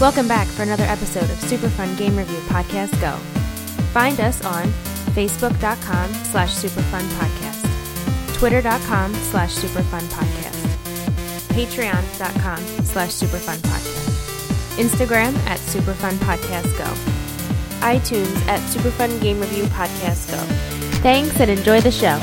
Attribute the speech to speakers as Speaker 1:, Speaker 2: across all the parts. Speaker 1: Welcome back for another episode of Super Fun Game Review Podcast Go. Find us on facebook.com slash superfunpodcast, twitter.com slash superfunpodcast, patreon.com slash superfunpodcast, Instagram at superfunpodcastgo, iTunes at Superfun Game Review Podcast Go. Thanks and enjoy the show.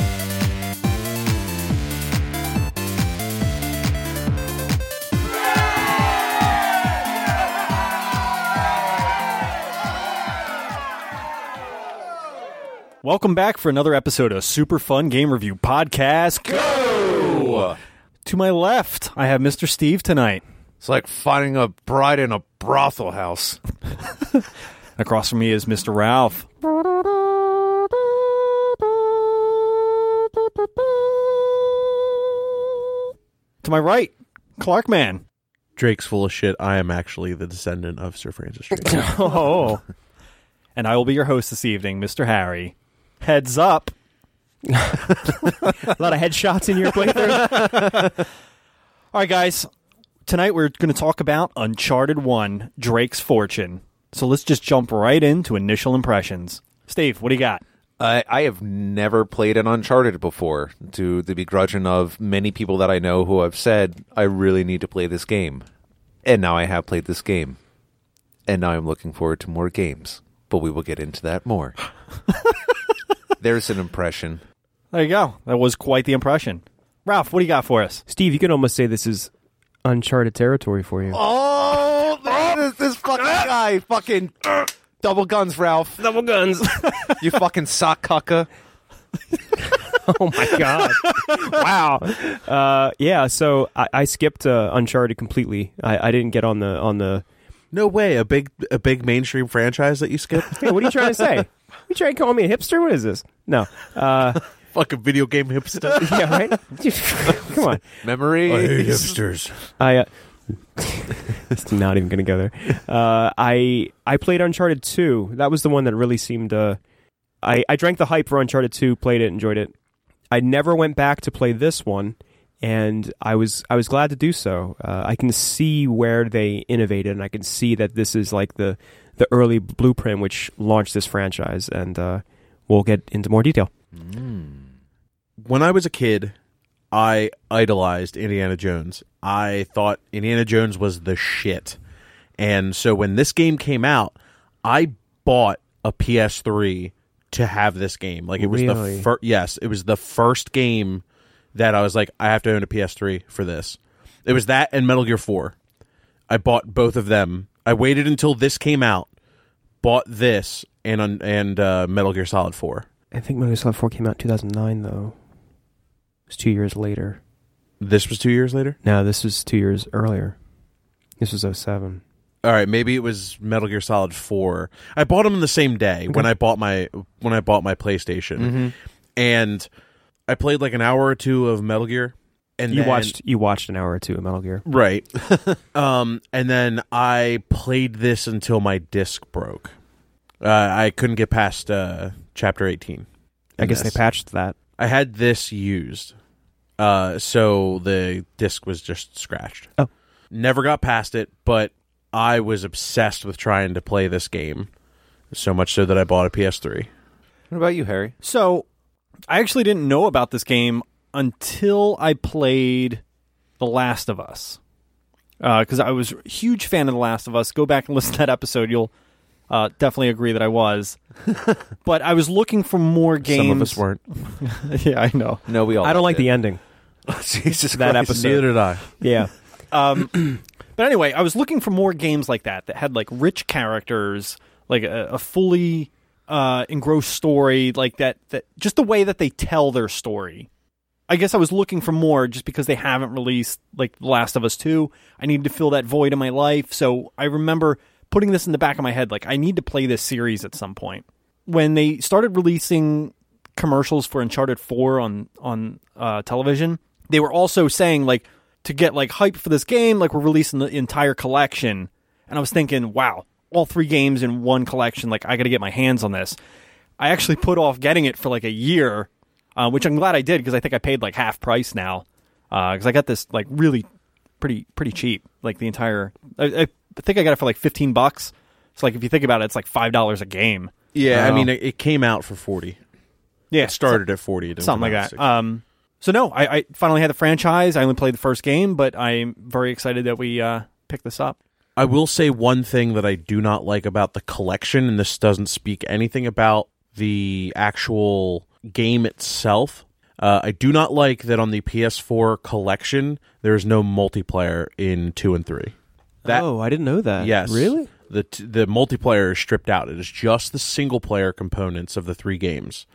Speaker 2: Welcome back for another episode of Super Fun Game Review Podcast. Go! To my left, I have Mr. Steve tonight.
Speaker 3: It's like finding a bride in a brothel house.
Speaker 2: Across from me is Mr. Ralph. To my right, Clark Man.
Speaker 4: Drake's full of shit. I am actually the descendant of Sir Francis Drake.
Speaker 2: Oh. And I will be your host this evening, Mr. Harry. Heads up.
Speaker 5: A lot of headshots in your playthrough.
Speaker 2: All right, guys. Tonight we're going to talk about Uncharted 1 Drake's Fortune. So let's just jump right into initial impressions. Steve, what do you got?
Speaker 3: I I have never played an Uncharted before, to the begrudging of many people that I know who have said, I really need to play this game. And now I have played this game. And now I'm looking forward to more games. But we will get into that more. There's an impression.
Speaker 2: There you go. That was quite the impression. Ralph, what do you got for us?
Speaker 5: Steve, you can almost say this is uncharted territory for you.
Speaker 3: Oh, this, this fucking guy. Fucking double guns, Ralph.
Speaker 5: Double guns.
Speaker 3: You fucking sock cucka.
Speaker 5: oh my god. wow. Uh, yeah, so I, I skipped uh, uncharted completely. I, I didn't get on the on the
Speaker 4: no way, a big a big mainstream franchise that you skipped.
Speaker 5: Hey, what are you trying to say? You trying to call me a hipster? What is this? No. Uh,
Speaker 4: Fucking video game hipster.
Speaker 5: yeah, right? Come on.
Speaker 3: Memory.
Speaker 4: hipsters.
Speaker 5: I uh, it's not even going to go there. Uh, I I played Uncharted two. That was the one that really seemed. Uh, I I drank the hype for Uncharted two, played it, enjoyed it. I never went back to play this one, and I was I was glad to do so. Uh, I can see where they innovated, and I can see that this is like the the early blueprint which launched this franchise, and uh, we'll get into more detail.
Speaker 4: When I was a kid, I idolized Indiana Jones. I thought Indiana Jones was the shit. And so when this game came out, I bought a PS3 to have this game. Like it was
Speaker 5: Really?
Speaker 4: the first yes, it was the first game that I was like I have to own a PS3 for this. It was that and Metal Gear 4. I bought both of them. I waited until this came out, bought this and un- and uh, Metal Gear Solid 4.
Speaker 5: I think Metal Gear Solid four came out in two thousand nine, though. It's two years later.
Speaker 4: This was 2 years later.
Speaker 5: No, this was two years earlier. This was 07.
Speaker 4: All right, maybe it was Metal Gear Solid Four. I bought them the same day when I bought my when I bought my PlayStation,
Speaker 5: Mm-hmm.
Speaker 3: Mm-hmm.
Speaker 4: and I played like an hour or two of Metal Gear. And
Speaker 5: You
Speaker 4: then-
Speaker 5: watched you watched an hour or two of Metal Gear.
Speaker 4: right, um, and then I played this until my disc broke. Uh, I couldn't get past uh, chapter eighteen.
Speaker 5: I
Speaker 4: in
Speaker 5: guess
Speaker 4: this.
Speaker 5: they patched that.
Speaker 4: I had this used, uh, so the disc was just scratched.
Speaker 5: Oh.
Speaker 4: never got past it, but I was obsessed with trying to play this game, so much so that I bought a PS3.
Speaker 3: What about you, Harry?
Speaker 2: So, I actually didn't know about this game until I played The Last of Us. Because I was a huge fan of The Last of Us. Go back and listen to that episode. You'll uh, definitely agree that I was. but I was looking for more games.
Speaker 4: Some of us weren't.
Speaker 2: yeah, I know.
Speaker 3: No, we all.
Speaker 5: I don't like
Speaker 3: did.
Speaker 5: the ending.
Speaker 3: Jesus
Speaker 5: that
Speaker 3: Christ.
Speaker 5: episode.
Speaker 4: did I.
Speaker 5: Yeah.
Speaker 2: Um, but anyway, I was looking for more games like that that had like rich characters, like a, a fully uh, engrossed story, like that. That just the way that they tell their story. I guess I was looking for more just because they haven't released like The Last of Us Two. I needed to fill that void in my life, so I remember putting this in the back of my head, like I need to play this series at some point. When they started releasing commercials for Uncharted 4 on on uh, television, they were also saying like to get like hype for this game, like we're releasing the entire collection. And I was thinking, wow, all three games in one collection. Like I got to get my hands on this. I actually put off getting it for like a year, uh, which I'm glad I did because I think I paid like half price uh, now because I got this like really pretty pretty cheap. Like the entire I, I I think I got it for like fifteen bucks. It's like if you think about it, it's like five dollars a game.
Speaker 4: Yeah, I
Speaker 2: Oh.
Speaker 4: mean, it, it came out for forty.
Speaker 2: Yeah,
Speaker 4: It started at forty. it didn't
Speaker 2: something like
Speaker 4: come out at
Speaker 2: that.
Speaker 4: 60.
Speaker 2: Um, so no, I, I finally had the franchise. I only played the first game, but I'm very excited that we uh, picked this up.
Speaker 4: I will say one thing that I do not like about the collection, and this doesn't speak anything about the actual game itself. Uh, I do not like that on the PS4 collection there is no multiplayer in two and three. That
Speaker 5: oh, I didn't know that.
Speaker 4: yes,
Speaker 5: Really?
Speaker 4: the t- the multiplayer is stripped out. It is just the single player components of the three games.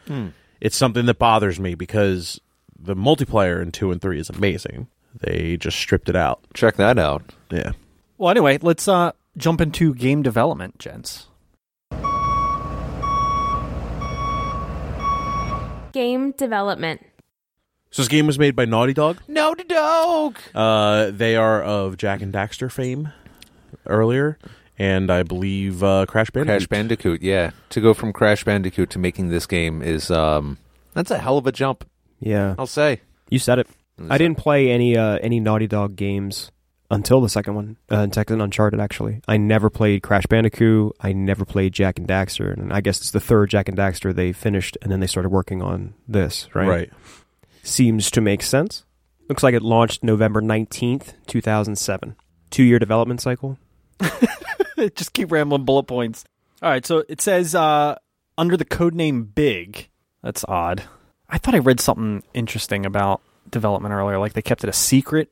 Speaker 4: It's something that bothers me because the multiplayer in two and three is amazing. They just stripped it out.
Speaker 3: Check that out.
Speaker 4: Yeah.
Speaker 2: Well, anyway, let's uh, jump into game development, gents.
Speaker 1: Game development.
Speaker 4: So this game was made by Naughty Dog.
Speaker 3: No to dog.
Speaker 4: Uh, they are of Jack and Daxter fame earlier, and I believe uh, Crash Bandicoot.
Speaker 3: Crash Bandicoot. Yeah, to go from Crash Bandicoot to making this game is um, that's a hell of a jump.
Speaker 5: Yeah.
Speaker 3: I'll say.
Speaker 5: You said it. I didn't play any uh, any Naughty Dog games until the second one, uh, second Uncharted. Actually, I never played Crash Bandicoot. I never played Jack and Daxter, and I guess it's the third Jack and Daxter they finished, and then they started working on this. Right.
Speaker 4: Right.
Speaker 5: Seems to make sense. Looks like it launched November nineteenth, two thousand seven. Two year development cycle.
Speaker 2: Just keep rambling bullet points. All right, so it says uh, under the code name Big. That's odd. I thought I read something interesting about development earlier, like they kept it a secret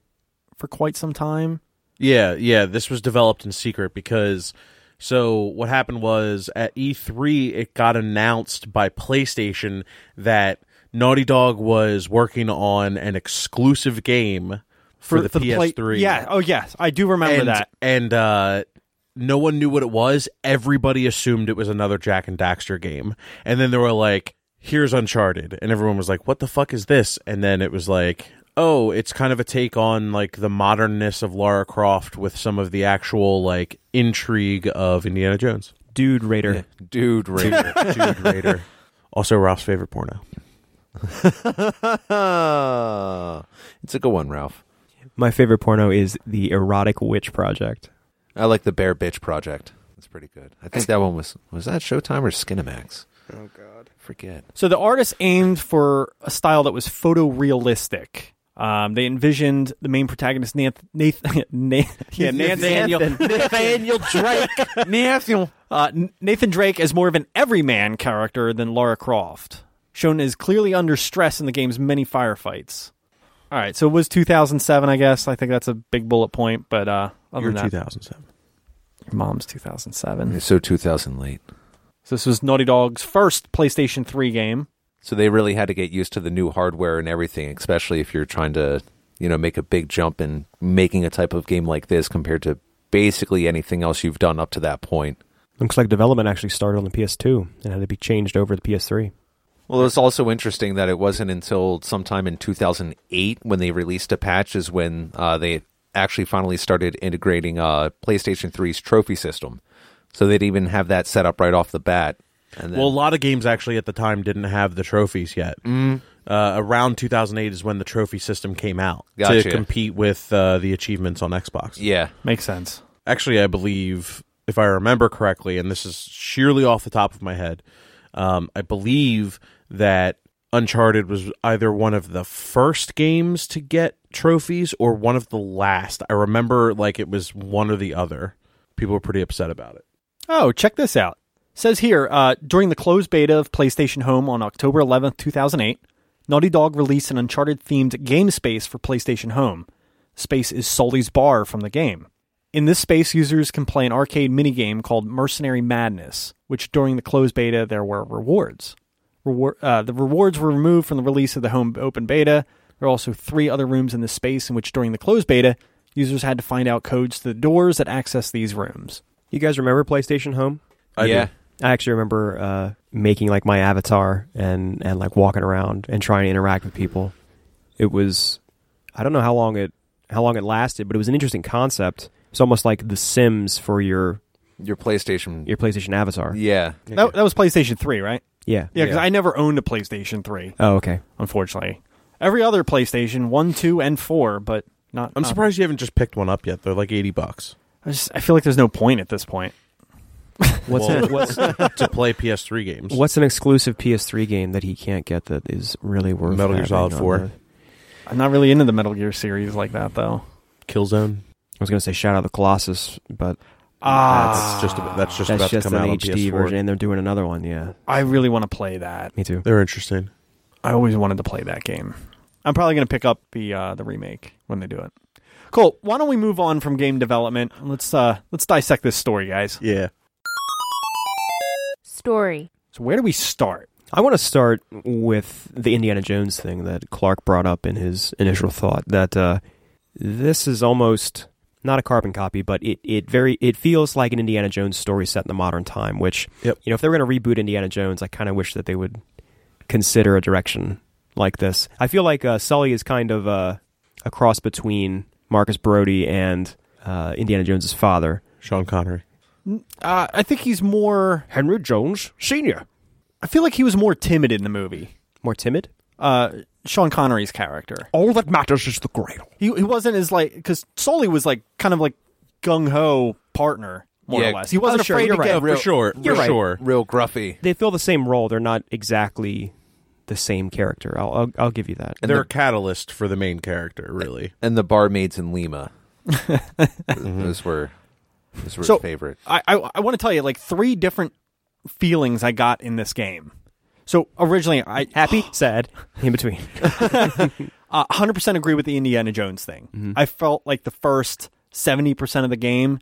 Speaker 2: for quite some time.
Speaker 4: Yeah, yeah. This was developed in secret because. So what happened was at E3, it got announced by PlayStation that Naughty Dog was working on an exclusive game for, the PS3.
Speaker 2: Play- yeah. Oh, yes, I do remember
Speaker 4: and,
Speaker 2: that.
Speaker 4: And uh, no one knew what it was. Everybody assumed it was another Jack and Daxter game. And then they were like, here's Uncharted. And everyone was like, what the fuck is this? And then it was like, oh, it's kind of a take on like the modernness of Lara Croft with some of the actual like intrigue of Indiana Jones.
Speaker 5: Dude Raider.
Speaker 3: Dude Raider. Dude Raider.
Speaker 4: Also, Ralph's favorite porno.
Speaker 3: it's a good one, Ralph.
Speaker 5: My favorite porno is the Erotic Witch Project.
Speaker 3: I like the Bear Bitch Project. That's pretty good. I think that one was was that Showtime or Skinamax? Oh God, forget.
Speaker 2: So the artists aimed for a style that was photorealistic. Um, they envisioned the main protagonist Nath, Nath, Nath, yeah, Nathaniel, Nathaniel Drake, Nathaniel, uh, N- Nathan Drake as more of an everyman character than Lara Croft, shown as clearly under stress in the game's many firefights. All right, so it was 2007, I guess. I think that's a big bullet point, but uh, other
Speaker 4: Year
Speaker 2: than that,
Speaker 4: 2007.
Speaker 2: your mom's 2007.
Speaker 3: It's so 2000 late.
Speaker 2: So this was Naughty Dog's first PlayStation 3 game.
Speaker 3: So they really had to get used to the new hardware and everything, especially if you're trying to, you know, make a big jump in making a type of game like this compared to basically anything else you've done up to that point.
Speaker 5: Looks like development actually started on the PS2 and had to be changed over to the PS3.
Speaker 3: Well, it's also interesting that it wasn't until sometime in 2008 when they released a patch is when uh, they actually finally started integrating uh, PlayStation 3's trophy system. So they'd even have that set up right off the bat. And then,
Speaker 4: Well, a lot of games actually at the time didn't have the trophies yet.
Speaker 3: Mm-hmm.
Speaker 4: Uh, around 2008 is when the trophy system came out
Speaker 3: Gotcha.
Speaker 4: to compete with uh, the achievements on Xbox.
Speaker 3: yeah,
Speaker 2: Makes sense.
Speaker 4: Actually, I believe, if I remember correctly, and this is sheerly off the top of my head, um, I believe that Uncharted was either one of the first games to get trophies or one of the last. I remember like it was one or the other. People were pretty upset about it.
Speaker 2: Oh, check this out. Says here, uh, during the closed beta of PlayStation Home on October 11th, 2008, Naughty Dog released an Uncharted themed game space for PlayStation Home. Space is Sully's bar from the game. In this space, users can play an arcade minigame called Mercenary Madness, which during the closed beta there were rewards. Rewar- uh, the rewards were removed from the release of the home open beta. There are also three other rooms in this space in which during the closed beta, users had to find out codes to the doors that access these rooms.
Speaker 5: You guys remember PlayStation Home?
Speaker 4: I do.
Speaker 3: yeah.
Speaker 5: I actually remember uh, making like my avatar and and like walking around and trying to interact with people. It was I don't know how long it how long it lasted, but it was an interesting concept. It's almost like The Sims for your
Speaker 3: Your PlayStation.
Speaker 5: your PlayStation avatar.
Speaker 3: yeah.
Speaker 2: That, that was PlayStation 3, right?
Speaker 5: Yeah.
Speaker 2: Yeah, because I never owned a PlayStation 3,
Speaker 5: Oh, okay.
Speaker 2: unfortunately. Every other PlayStation, 1, 2, and 4, but not.
Speaker 4: I'm
Speaker 2: not- uh,
Speaker 4: surprised you haven't just picked one up yet. They're like 80 bucks.
Speaker 2: I just I feel like there's no point at this point.
Speaker 5: What's
Speaker 4: Well,
Speaker 5: an, what's
Speaker 4: to play PS3 games.
Speaker 5: what's an exclusive PS3 game that he can't get that is really worth
Speaker 4: Metal Gear
Speaker 5: having
Speaker 4: Solid
Speaker 5: on
Speaker 4: 4.
Speaker 5: the-
Speaker 2: I'm not really into the Metal Gear series like that though.
Speaker 4: Killzone?
Speaker 5: I was gonna say shout out the Colossus, but
Speaker 2: Ah.
Speaker 4: that's just ab- that's just
Speaker 5: that's
Speaker 4: about
Speaker 5: just
Speaker 4: to
Speaker 5: an
Speaker 4: come out on
Speaker 5: HD
Speaker 4: PS4.
Speaker 5: version, and they're doing another one. Yeah,
Speaker 2: I really want to play that.
Speaker 5: me too.
Speaker 4: They're interesting.
Speaker 2: I always wanted to play that game. I'm probably going to pick up the uh, the remake when they do it. Cool. Why don't we move on from game development? Let's uh let's dissect this story, guys.
Speaker 4: Yeah.
Speaker 1: Story.
Speaker 2: So where do we start?
Speaker 5: I want to start with the Indiana Jones thing that Clark brought up in his initial thought that uh, this is almost not a carbon copy, but it, it very it feels like an Indiana Jones story set in the modern time. Which
Speaker 4: Yep.
Speaker 5: you know, if they were going to reboot Indiana Jones, I kind of wish that they would consider a direction like this. I feel like uh, Sully is kind of uh, a cross between Marcus Brody and uh, Indiana Jones's father,
Speaker 4: Sean Connery.
Speaker 2: Uh, I think he's more.
Speaker 5: Henry Jones Senior.
Speaker 2: I feel like he was more timid in the movie.
Speaker 5: More timid.
Speaker 2: Uh, Sean Connery's character.
Speaker 5: All that matters is the cradle.
Speaker 2: He he wasn't as like because Sully was like kind of like gung ho partner more
Speaker 3: Yeah.
Speaker 2: or less. He wasn't
Speaker 5: Oh, sure,
Speaker 2: afraid
Speaker 5: you're
Speaker 2: to
Speaker 5: right.
Speaker 2: get
Speaker 4: for sure.
Speaker 5: You're
Speaker 4: for
Speaker 5: right.
Speaker 4: sure.
Speaker 3: Real gruffy.
Speaker 5: they fill the same role. They're not exactly the same character. I'll I'll, I'll give you that.
Speaker 3: And
Speaker 4: They're
Speaker 3: the-
Speaker 4: a catalyst for the main character, really.
Speaker 3: and the barmaids in Lima. those were those were
Speaker 2: So-
Speaker 3: his favorite.
Speaker 2: I, I, I want to tell you like three different feelings I got in this game. So originally, I
Speaker 5: Happy, sad, in between.
Speaker 2: uh, 100% agree with the Indiana Jones thing. I felt like the first 70% of the game,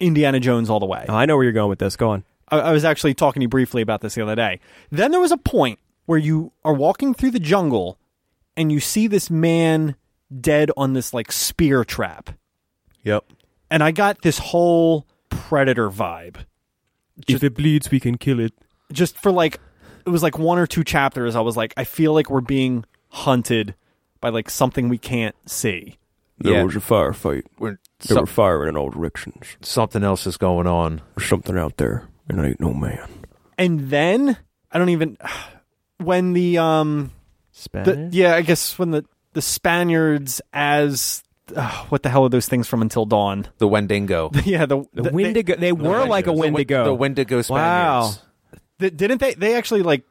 Speaker 2: Indiana Jones all the way.
Speaker 5: Oh, I know where you're going with this. Go on.
Speaker 2: I, I was actually talking to you briefly about this the other day. Then there was a point where you are walking through the jungle and you see this man dead on this like spear trap.
Speaker 4: Yep.
Speaker 2: And I got this whole predator vibe. Just-
Speaker 5: if it bleeds, we can kill it.
Speaker 2: just for like it was like one or two chapters i was like i feel like we're being hunted by like something we can't see
Speaker 3: There Yeah. was
Speaker 5: a firefight.
Speaker 3: We're- so-
Speaker 5: firing in all directions.
Speaker 3: something else is going on.
Speaker 5: There's something out there, and I ain't no man.
Speaker 2: and then i don't even when the um the,
Speaker 5: Spanish.
Speaker 2: yeah i guess when the the spaniards as uh, what the hell are those things from until dawn
Speaker 3: The Wendigo.
Speaker 2: yeah the,
Speaker 5: the,
Speaker 2: the-
Speaker 5: Wendigo. They, were like a
Speaker 3: The Wen-
Speaker 5: Wendigo.
Speaker 3: The Wendigo Spaniards.
Speaker 5: Wow.
Speaker 2: they, didn't they they actually like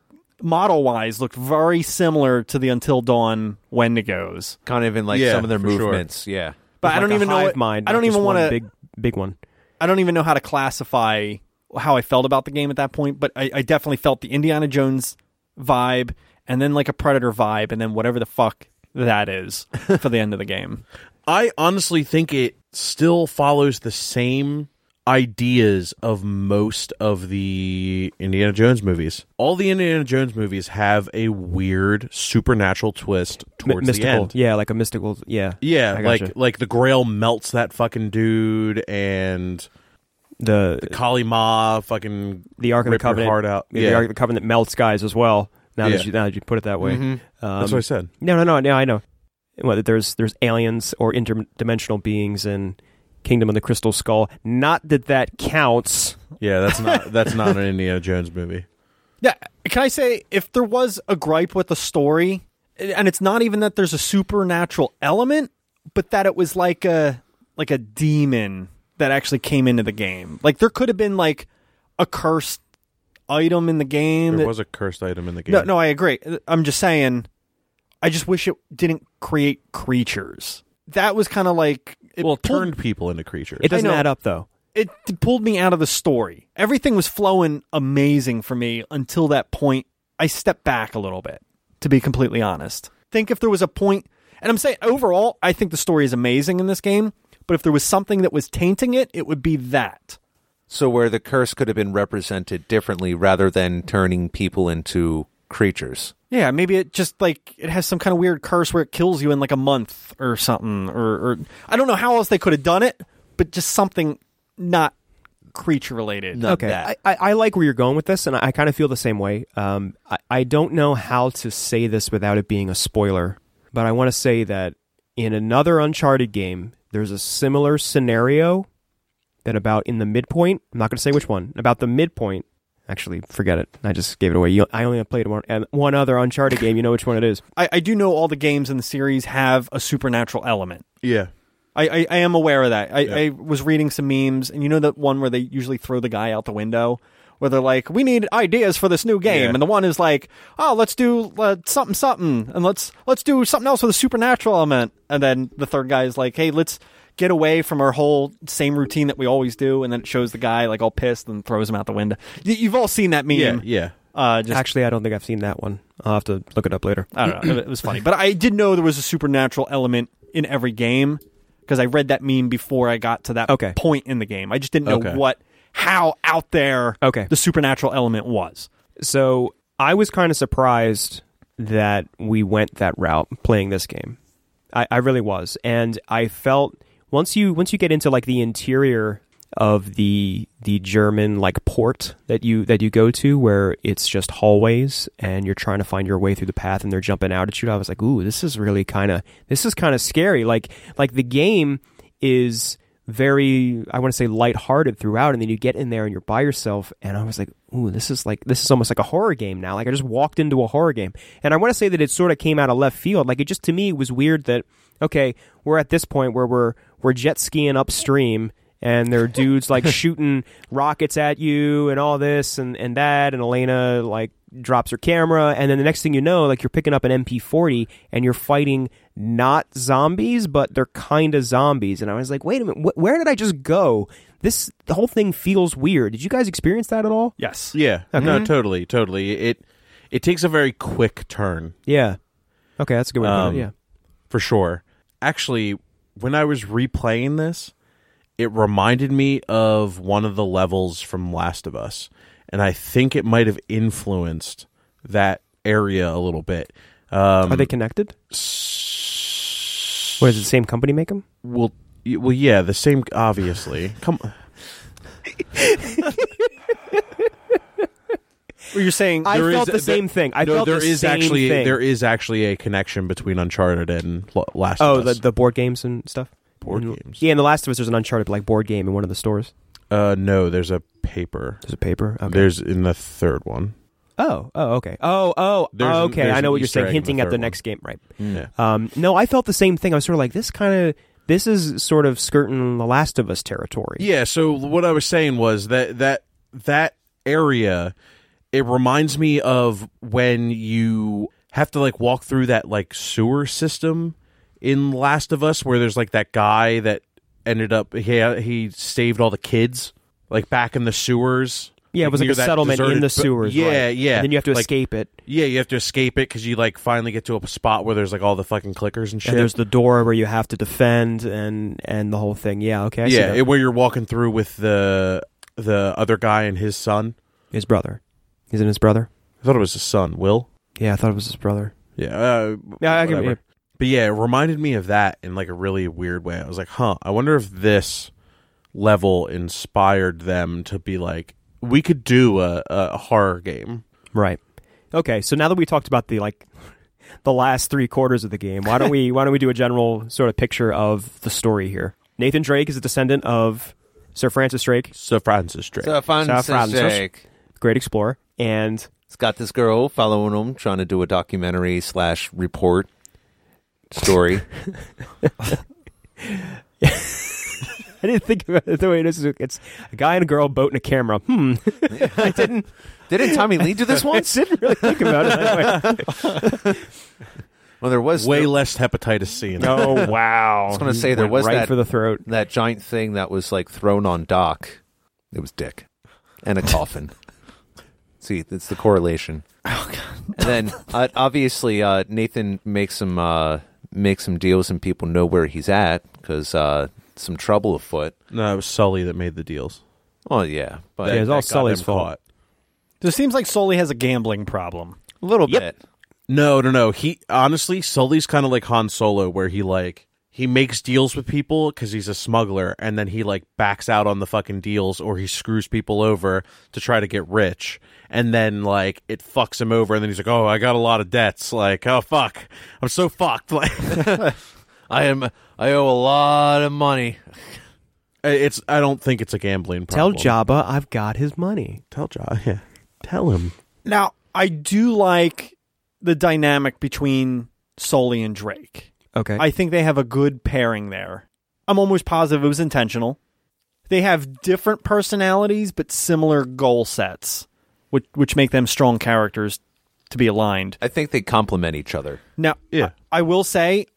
Speaker 2: model wise looked very similar to the until dawn wendigos
Speaker 3: Kind of in like
Speaker 4: Yeah,
Speaker 3: some of their
Speaker 4: for sure.
Speaker 3: movements. Yeah.
Speaker 2: but
Speaker 5: Like
Speaker 2: i don't
Speaker 5: a
Speaker 2: even know
Speaker 5: hive
Speaker 2: what,
Speaker 5: mind,
Speaker 2: i
Speaker 5: not
Speaker 2: don't
Speaker 5: just
Speaker 2: even
Speaker 5: one
Speaker 2: want to
Speaker 5: big big one.
Speaker 2: I don't even know how to classify how I felt about the game at that point, but I, I definitely felt the Indiana Jones vibe and then like a Predator vibe and then whatever the fuck that is for the end of the game.
Speaker 4: I honestly think it still follows the same ideas of most of the Indiana Jones movies. All the Indiana Jones movies have a weird supernatural twist
Speaker 5: Mi-
Speaker 4: towards the
Speaker 5: mystical.
Speaker 4: end.
Speaker 5: Yeah, like a mystical. Yeah.
Speaker 4: Yeah,
Speaker 5: I
Speaker 4: like
Speaker 5: gotcha.
Speaker 4: like the Grail melts that fucking dude, and
Speaker 5: The
Speaker 4: Kali Ma fucking
Speaker 5: the Ark of
Speaker 4: rip
Speaker 5: the Covenant.
Speaker 4: your heart out.
Speaker 5: The Ark of the Covenant melts guys as well. Now
Speaker 4: Yeah.
Speaker 5: that you now that you put it that way.
Speaker 3: Mhm.
Speaker 5: Um,
Speaker 4: that's what I said.
Speaker 5: No, no, no, no. I know. Well, that there's there's aliens or interdimensional beings in Kingdom of the Crystal Skull. Not that that counts.
Speaker 4: Yeah, that's not that's not an Indiana Jones movie.
Speaker 2: Yeah. Can I say if there was a gripe with the story, and it's not even that there's a supernatural element, but that it was like a like a demon that actually came into the game. Like there could have been like a cursed item in the game
Speaker 4: There
Speaker 2: that
Speaker 4: was a cursed item in the game.
Speaker 2: No, no, I agree. I'm just saying, I just wish it didn't create creatures. That was kind of like it
Speaker 4: well, it
Speaker 2: pulled,
Speaker 4: turned people into creatures.
Speaker 5: It doesn't
Speaker 2: know.
Speaker 5: add up though.
Speaker 2: it pulled me out of the story. Everything was flowing amazing for me until that point. I stepped back a little bit, to be completely honest. Think if there was a point, and I'm saying overall, I think the story is amazing in this game. But if there was something that was tainting it, it would be that.
Speaker 3: So where the curse could have been represented differently rather than turning people into creatures.
Speaker 2: Yeah, maybe it just like it has some kind of weird curse where it kills you in like a month or something, or, or I don't know how else they could have done it, but just something not creature related.
Speaker 5: okay, I, I, I like where you're going with this, and I, I kind of feel the same way. Um, I, I don't know how to say this without it being a spoiler, but I want to say that in another Uncharted game, there's a similar scenario that about in the midpoint. I'm not going to say which one. About the midpoint, actually, forget it. I just gave it away. You, I only played one and one other Uncharted game. You know which one it is.
Speaker 2: I, I do know all the games in the series have a supernatural element.
Speaker 4: yeah,
Speaker 2: I, I, I am aware of that. I,
Speaker 4: Yeah.
Speaker 2: I was reading some memes, and you know that one where they usually throw the guy out the window, where they're like, "We need ideas for this new game,"
Speaker 4: Yeah.
Speaker 2: and the one is like, "Oh, let's do uh, something, something, and let's let's do something else with a supernatural element," and then the third guy is like, "Hey, let's." Get away from our whole same routine that we always do, and then it shows the guy like all pissed and throws him out the window. Y- you've all seen that meme,
Speaker 4: Yeah, yeah.
Speaker 2: Uh, just
Speaker 5: Actually, I don't think I've seen that one. I'll have to look it up later.
Speaker 2: I don't know. It was funny, but I did know there was a supernatural element in every game because I read that meme before I got to that
Speaker 5: Okay.
Speaker 2: point in the game. I just didn't know
Speaker 4: Okay.
Speaker 2: what, how out there
Speaker 5: Okay.
Speaker 2: the supernatural element was.
Speaker 5: So I was kind of surprised that we went that route playing this game. I, I really was, and I felt once you once you get into like the interior of the the German like port that you that you go to where it's just hallways and you're trying to find your way through the path and they're jumping out at you. I was like, ooh, this is really kind of this is kind of scary. Like like the game is very I want to say lighthearted throughout and then you get in there and you're by yourself and I was like, ooh, this is like this is almost like a horror game now. Like I just walked into a horror game. And I want to say that it sort of came out of left field. Like it just to me was weird that okay, we're at this point where we're we're jet skiing upstream and there are dudes like shooting rockets at you and all this and, and that and Elena like drops her camera and then the next thing you know like you're picking up an MP40 and you're fighting not zombies but they're kind of zombies and I was like wait a minute wh- where did I just go this the whole thing feels weird did you guys experience that at all
Speaker 2: Yes,
Speaker 4: Yeah. No, totally, totally. It it takes a very quick turn
Speaker 5: yeah okay that's a good one
Speaker 4: Um,
Speaker 5: yeah
Speaker 4: for sure. Actually, when I was replaying this, it reminded me of one of the levels from Last of Us, and I think it might have influenced that area a little bit. Um,
Speaker 5: are they connected what is it the same company make them
Speaker 4: Well, y- well, yeah, the same. Obviously, come.
Speaker 2: Or you're saying
Speaker 5: I
Speaker 4: There
Speaker 5: felt
Speaker 4: is-
Speaker 5: the
Speaker 4: there-
Speaker 5: same thing I
Speaker 4: no,
Speaker 5: felt
Speaker 4: there
Speaker 5: the
Speaker 4: is
Speaker 5: same
Speaker 4: actually
Speaker 5: thing.
Speaker 4: there is actually a connection between Uncharted and L- Last
Speaker 5: Oh,
Speaker 4: of
Speaker 5: the,
Speaker 4: Us.
Speaker 5: the board games and stuff.
Speaker 4: Board
Speaker 5: And-
Speaker 4: games.
Speaker 5: Yeah, in The Last of Us, there's an Uncharted like board game in one of the stores.
Speaker 4: uh, no, there's a paper.
Speaker 5: There's a paper. Okay.
Speaker 4: There's in the third one.
Speaker 5: oh, oh, okay. Oh, oh,
Speaker 4: There's an-
Speaker 5: okay.
Speaker 4: there's
Speaker 5: I know
Speaker 4: an
Speaker 5: what you're
Speaker 4: Easter egg
Speaker 5: saying.
Speaker 4: in the
Speaker 5: Hinting at
Speaker 4: third
Speaker 5: the
Speaker 4: one. Hmm.
Speaker 5: next game, right?
Speaker 4: Yeah.
Speaker 5: Um, no, I felt the same thing. I was sort of like, this kind of, this is sort of skirting The Last of Us territory.
Speaker 4: Yeah. So what I was saying was that that that area, it reminds me of when you have to like walk through that like sewer system in Last of Us, where there's like that guy that ended up he he saved all the kids like back in the sewers.
Speaker 5: Yeah, it was like
Speaker 4: near
Speaker 5: a
Speaker 4: that
Speaker 5: settlement in
Speaker 4: deserted bu-
Speaker 5: the sewers.
Speaker 4: Yeah,
Speaker 5: right.
Speaker 4: yeah.
Speaker 5: And then you have to
Speaker 4: Like,
Speaker 5: escape it.
Speaker 4: Yeah, you have to escape it because you like finally get to a spot where there's like all the fucking clickers and shit.
Speaker 5: And there's the door where you have to defend and and the whole thing. Yeah, okay. I see
Speaker 4: yeah,
Speaker 5: that.
Speaker 4: it, where you're walking through with the the other guy and his son.
Speaker 5: his brother. Is it his brother?
Speaker 4: I thought it was his son, Will.
Speaker 5: Yeah, I thought it was his brother.
Speaker 4: Yeah. Uh,
Speaker 5: Yeah, I can-
Speaker 4: whatever. But yeah, it reminded me of that in like a really weird way. I was like, huh, I wonder if this level inspired them to be like, we could do a, a horror game.
Speaker 5: Right. Okay. So now that we talked about the like the last three quarters of the game, why don't we why don't we do a general sort of picture of the story here? Nathan Drake is a descendant of Sir Francis Drake,
Speaker 4: So Francis Drake.
Speaker 3: So
Speaker 5: Francis. Francis. great explorer, and
Speaker 3: It's got this girl following him, trying to do a documentary slash report story.
Speaker 5: I didn't think about it the way it is. It's a guy and a girl, boat and a camera. Hmm. I didn't
Speaker 3: Didn't Tommy Lee do this once?
Speaker 5: didn't really think about it that way.
Speaker 3: Well, there was
Speaker 4: Way less hepatitis C. In it.
Speaker 5: Oh wow! I
Speaker 3: was gonna say there was
Speaker 5: right
Speaker 3: that-
Speaker 5: for the throat.
Speaker 3: that giant thing that was like thrown on Doc. It was Dick and a coffin. See, it's the correlation. And then uh, obviously uh, Nathan makes some uh, makes some deals, and people know where he's at because uh, some trouble afoot.
Speaker 4: No, it was Sully that made the deals.
Speaker 3: Oh yeah, but
Speaker 5: Yeah, it was all
Speaker 4: That got
Speaker 5: Sully's
Speaker 4: them
Speaker 5: fault.
Speaker 4: caught.
Speaker 2: this seems like Sully has a gambling problem.
Speaker 3: a little
Speaker 5: Yep.
Speaker 3: bit.
Speaker 4: No, no, no. He honestly, Sully's kind of like Han Solo, where he like he makes deals with people because he's a smuggler, and then he like backs out on the fucking deals, or he screws people over to try to get rich, and then like it fucks him over, and then he's like, "Oh, I got a lot of debts. Like, oh fuck, I'm so fucked." Like,
Speaker 3: I am. I owe a lot of money.
Speaker 4: it's I don't think it's a gambling
Speaker 5: Tell
Speaker 4: problem.
Speaker 5: Jabba I've got his money.
Speaker 4: tell Job, yeah, tell him.
Speaker 2: Now I do like the dynamic between Sully and Drake.
Speaker 5: Okay.
Speaker 2: I think they have a good pairing there. I'm almost positive it was intentional. They have different personalities but similar goal sets, which which make them strong characters to be aligned.
Speaker 3: I think they complement each other.
Speaker 2: Now,
Speaker 4: Yeah.
Speaker 2: I, I will say,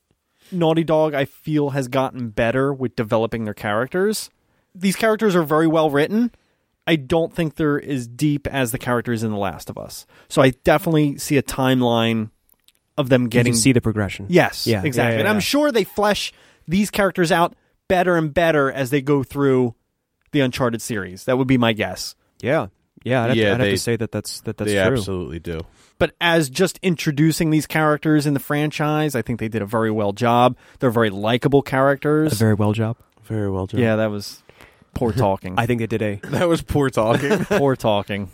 Speaker 2: Naughty Dog, I feel has gotten better with developing their characters. These characters are very well written. I don't think they're as deep as the characters in The Last of Us. So I definitely see a timeline of them
Speaker 5: Getting
Speaker 2: getting.
Speaker 5: you can see the progression.
Speaker 2: yes,
Speaker 5: Yeah,
Speaker 2: exactly.
Speaker 5: yeah, yeah,
Speaker 2: and I'm
Speaker 5: yeah.
Speaker 2: sure they flesh these characters out better and better as they go through the Uncharted series. That would be my guess.
Speaker 5: Yeah, yeah. I'd have,
Speaker 4: Yeah,
Speaker 5: to, I'd have
Speaker 4: they-
Speaker 5: to say that that's that that's
Speaker 4: they
Speaker 5: true.
Speaker 4: absolutely do.
Speaker 2: but as just introducing these characters in the franchise, I think they did a very well job. They're very likable
Speaker 5: A
Speaker 2: characters.
Speaker 5: very well job.
Speaker 4: Very well done.
Speaker 2: yeah, that was poor talking.
Speaker 5: I think they did a
Speaker 4: that was poor talking.
Speaker 2: poor talking.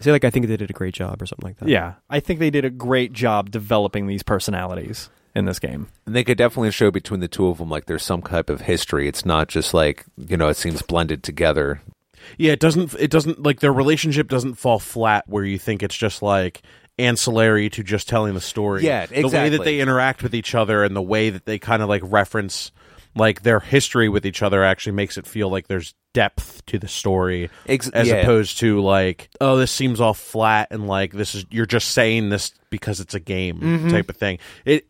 Speaker 5: say like I think they did a great job or something like that.
Speaker 2: Yeah, I think they did a great job developing these personalities in this game.
Speaker 3: And they could definitely show between the two of them like there's some type of history. It's not just like, you know, it seems blended together.
Speaker 4: yeah, it doesn't. It doesn't like their relationship doesn't fall flat where you think it's just like ancillary to just telling the story.
Speaker 3: Yeah,
Speaker 4: The way that
Speaker 3: exactly.
Speaker 4: they interact with each other and the way that they kind of like reference like their history with each other actually makes it feel like there's depth to the story
Speaker 3: Ex-
Speaker 4: as
Speaker 3: yeah.
Speaker 4: opposed to like oh this seems all flat and like this is you're just saying this because it's a game
Speaker 3: Mm-hmm.
Speaker 4: type of thing it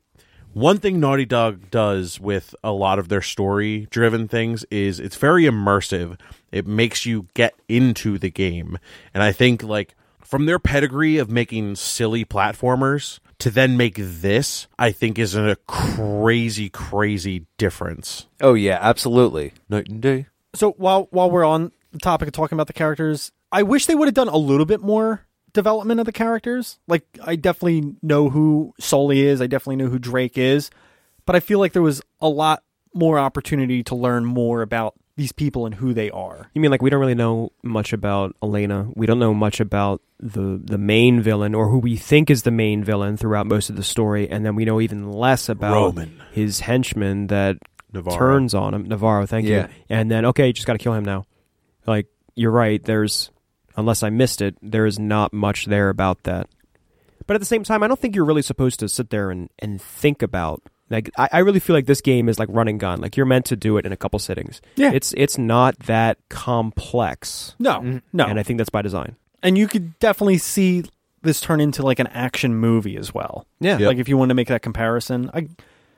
Speaker 4: one thing naughty dog does with a lot of their story driven things is it's very immersive it makes you get into the game and i think like from their pedigree of making silly platformers to then make this i think is a crazy crazy difference
Speaker 3: Oh yeah, absolutely. Night and day.
Speaker 2: So while while we're on the topic of talking about the characters, I wish they would have done a little bit more development of the characters. Like I definitely know who Sully is, I definitely know who Drake is, but I feel like there was a lot more opportunity to learn more about these people and who they are.
Speaker 5: You mean like we don't really know much about Elena? We don't know much about the the main villain or who we think is the main villain throughout most of the story, and then we know even less about
Speaker 4: Roman.
Speaker 5: his henchman that
Speaker 4: Navarro.
Speaker 5: turns on him. Navarro, thank
Speaker 3: Yeah.
Speaker 5: you. And then okay, you just got to kill him now. Like you're right. There's unless I missed it, there is not much there about that. But at the same time, I don't think you're really supposed to sit there and and think about. Like I, I really feel like this game is like run and gun. Like you're meant to do it in a couple sittings.
Speaker 2: Yeah.
Speaker 5: It's it's not that complex.
Speaker 2: No, no.
Speaker 5: Mm-hmm. And
Speaker 2: And,
Speaker 5: I think that's by design.
Speaker 2: you could definitely see this turn into like an action movie as well.
Speaker 5: Yeah.
Speaker 2: Like if you want to make that comparison, I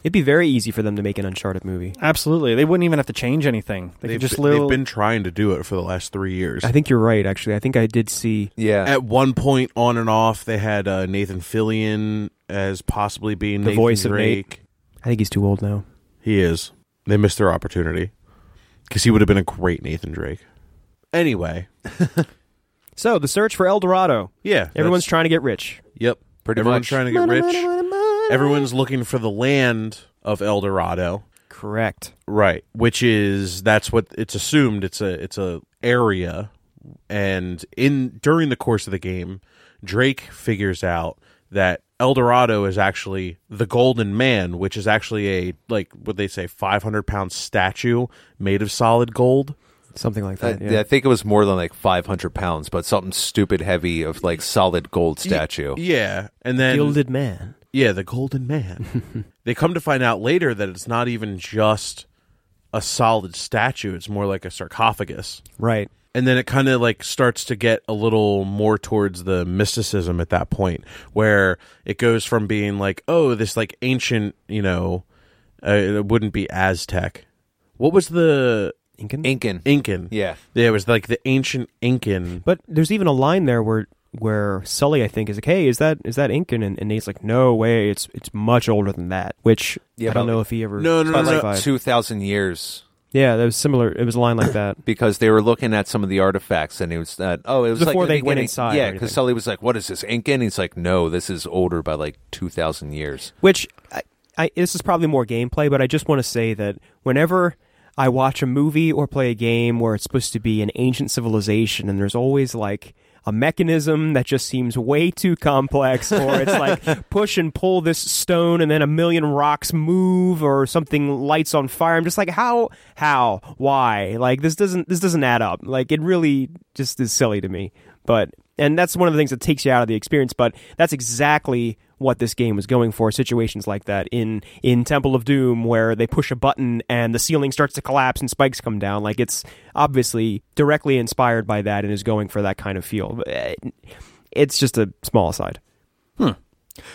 Speaker 5: It'd be very easy for them to make an Uncharted movie.
Speaker 2: absolutely. They wouldn't even have to change anything. They
Speaker 4: They've
Speaker 2: could just
Speaker 4: b-
Speaker 2: literally
Speaker 4: they've been trying to do it for the last three years
Speaker 5: I think you're right, actually. I think I did see
Speaker 3: Yeah.
Speaker 4: at one point on and off they had uh, Nathan Fillion as possibly being
Speaker 5: The
Speaker 4: Nathan
Speaker 5: voice of Nate.
Speaker 4: Drake.
Speaker 5: I think he's too old now.
Speaker 4: He is. They missed their opportunity because he would have been a great Nathan Drake. Anyway,
Speaker 5: So the search for El Dorado.
Speaker 4: yeah,
Speaker 5: Everyone's
Speaker 4: that's-
Speaker 5: trying to get rich.
Speaker 4: Yep,
Speaker 3: Pretty
Speaker 4: Everyone's
Speaker 3: much.
Speaker 4: trying to get rich. Everyone's looking for the land of El Dorado,
Speaker 5: Correct.
Speaker 4: right? Which is that's what it's assumed. It's a it's a area, and in during the course of the game, Drake figures out that El Dorado is actually the Golden Man, which is actually a like what they say five hundred pound statue made of solid gold.
Speaker 5: Something like
Speaker 3: I,
Speaker 5: that.
Speaker 4: Uh,
Speaker 5: yeah.
Speaker 3: I think it was more than like 500 pounds, but something stupid heavy of like solid gold statue.
Speaker 4: Yeah, and then
Speaker 5: Gilded man.
Speaker 4: Yeah, the Golden Man. they come to find out later that it's not even just a solid statue, it's more like a sarcophagus.
Speaker 5: Right.
Speaker 4: And then it kind of like starts to get a little more towards the mysticism at that point, where it goes from being like, oh, this like ancient, you know, uh, it wouldn't be Aztec. What was the
Speaker 5: Incan.
Speaker 3: Incan.
Speaker 4: Incan?
Speaker 3: Yeah.
Speaker 4: Yeah, it was like the ancient Incan.
Speaker 5: But there's even a line there where where Sully I think is like, hey, is that is that Incan? And, and Nate's like, no way, it's it's much older than that. Which
Speaker 3: Yeah,
Speaker 5: I don't
Speaker 3: but-
Speaker 5: know if he ever
Speaker 4: No, no, no,
Speaker 3: By
Speaker 4: no, no.
Speaker 5: specified.
Speaker 3: like 2,000 years
Speaker 5: Yeah, that was similar. It was a line like that.
Speaker 3: because they were looking at some of the artifacts and it was that, oh, it was
Speaker 5: Before
Speaker 3: like in the
Speaker 5: they went
Speaker 3: beginning-
Speaker 5: inside or
Speaker 3: Yeah,
Speaker 5: anything.
Speaker 3: because Sully was like, what is this, Incan? He's like, no, this is older by like 2,000 years.
Speaker 5: Which I, I this is probably more gameplay, but I just want to say that whenever I watch a movie or play a game where it's supposed to be an ancient civilization, and there's always like a mechanism that just seems way too complex, or it's like push and pull this stone, and then a million rocks move, or something lights on fire. I'm just like, how, how, why? Like this doesn't this doesn't add up. Like it really just is silly to me. But And that's one of the things that takes you out of the experience, but that's exactly what this game was going for situations like that in in Temple of Doom where they push a button and the ceiling starts to collapse and spikes come down like it's obviously directly inspired by that and is going for that kind of feel. Eh, It's just a small aside.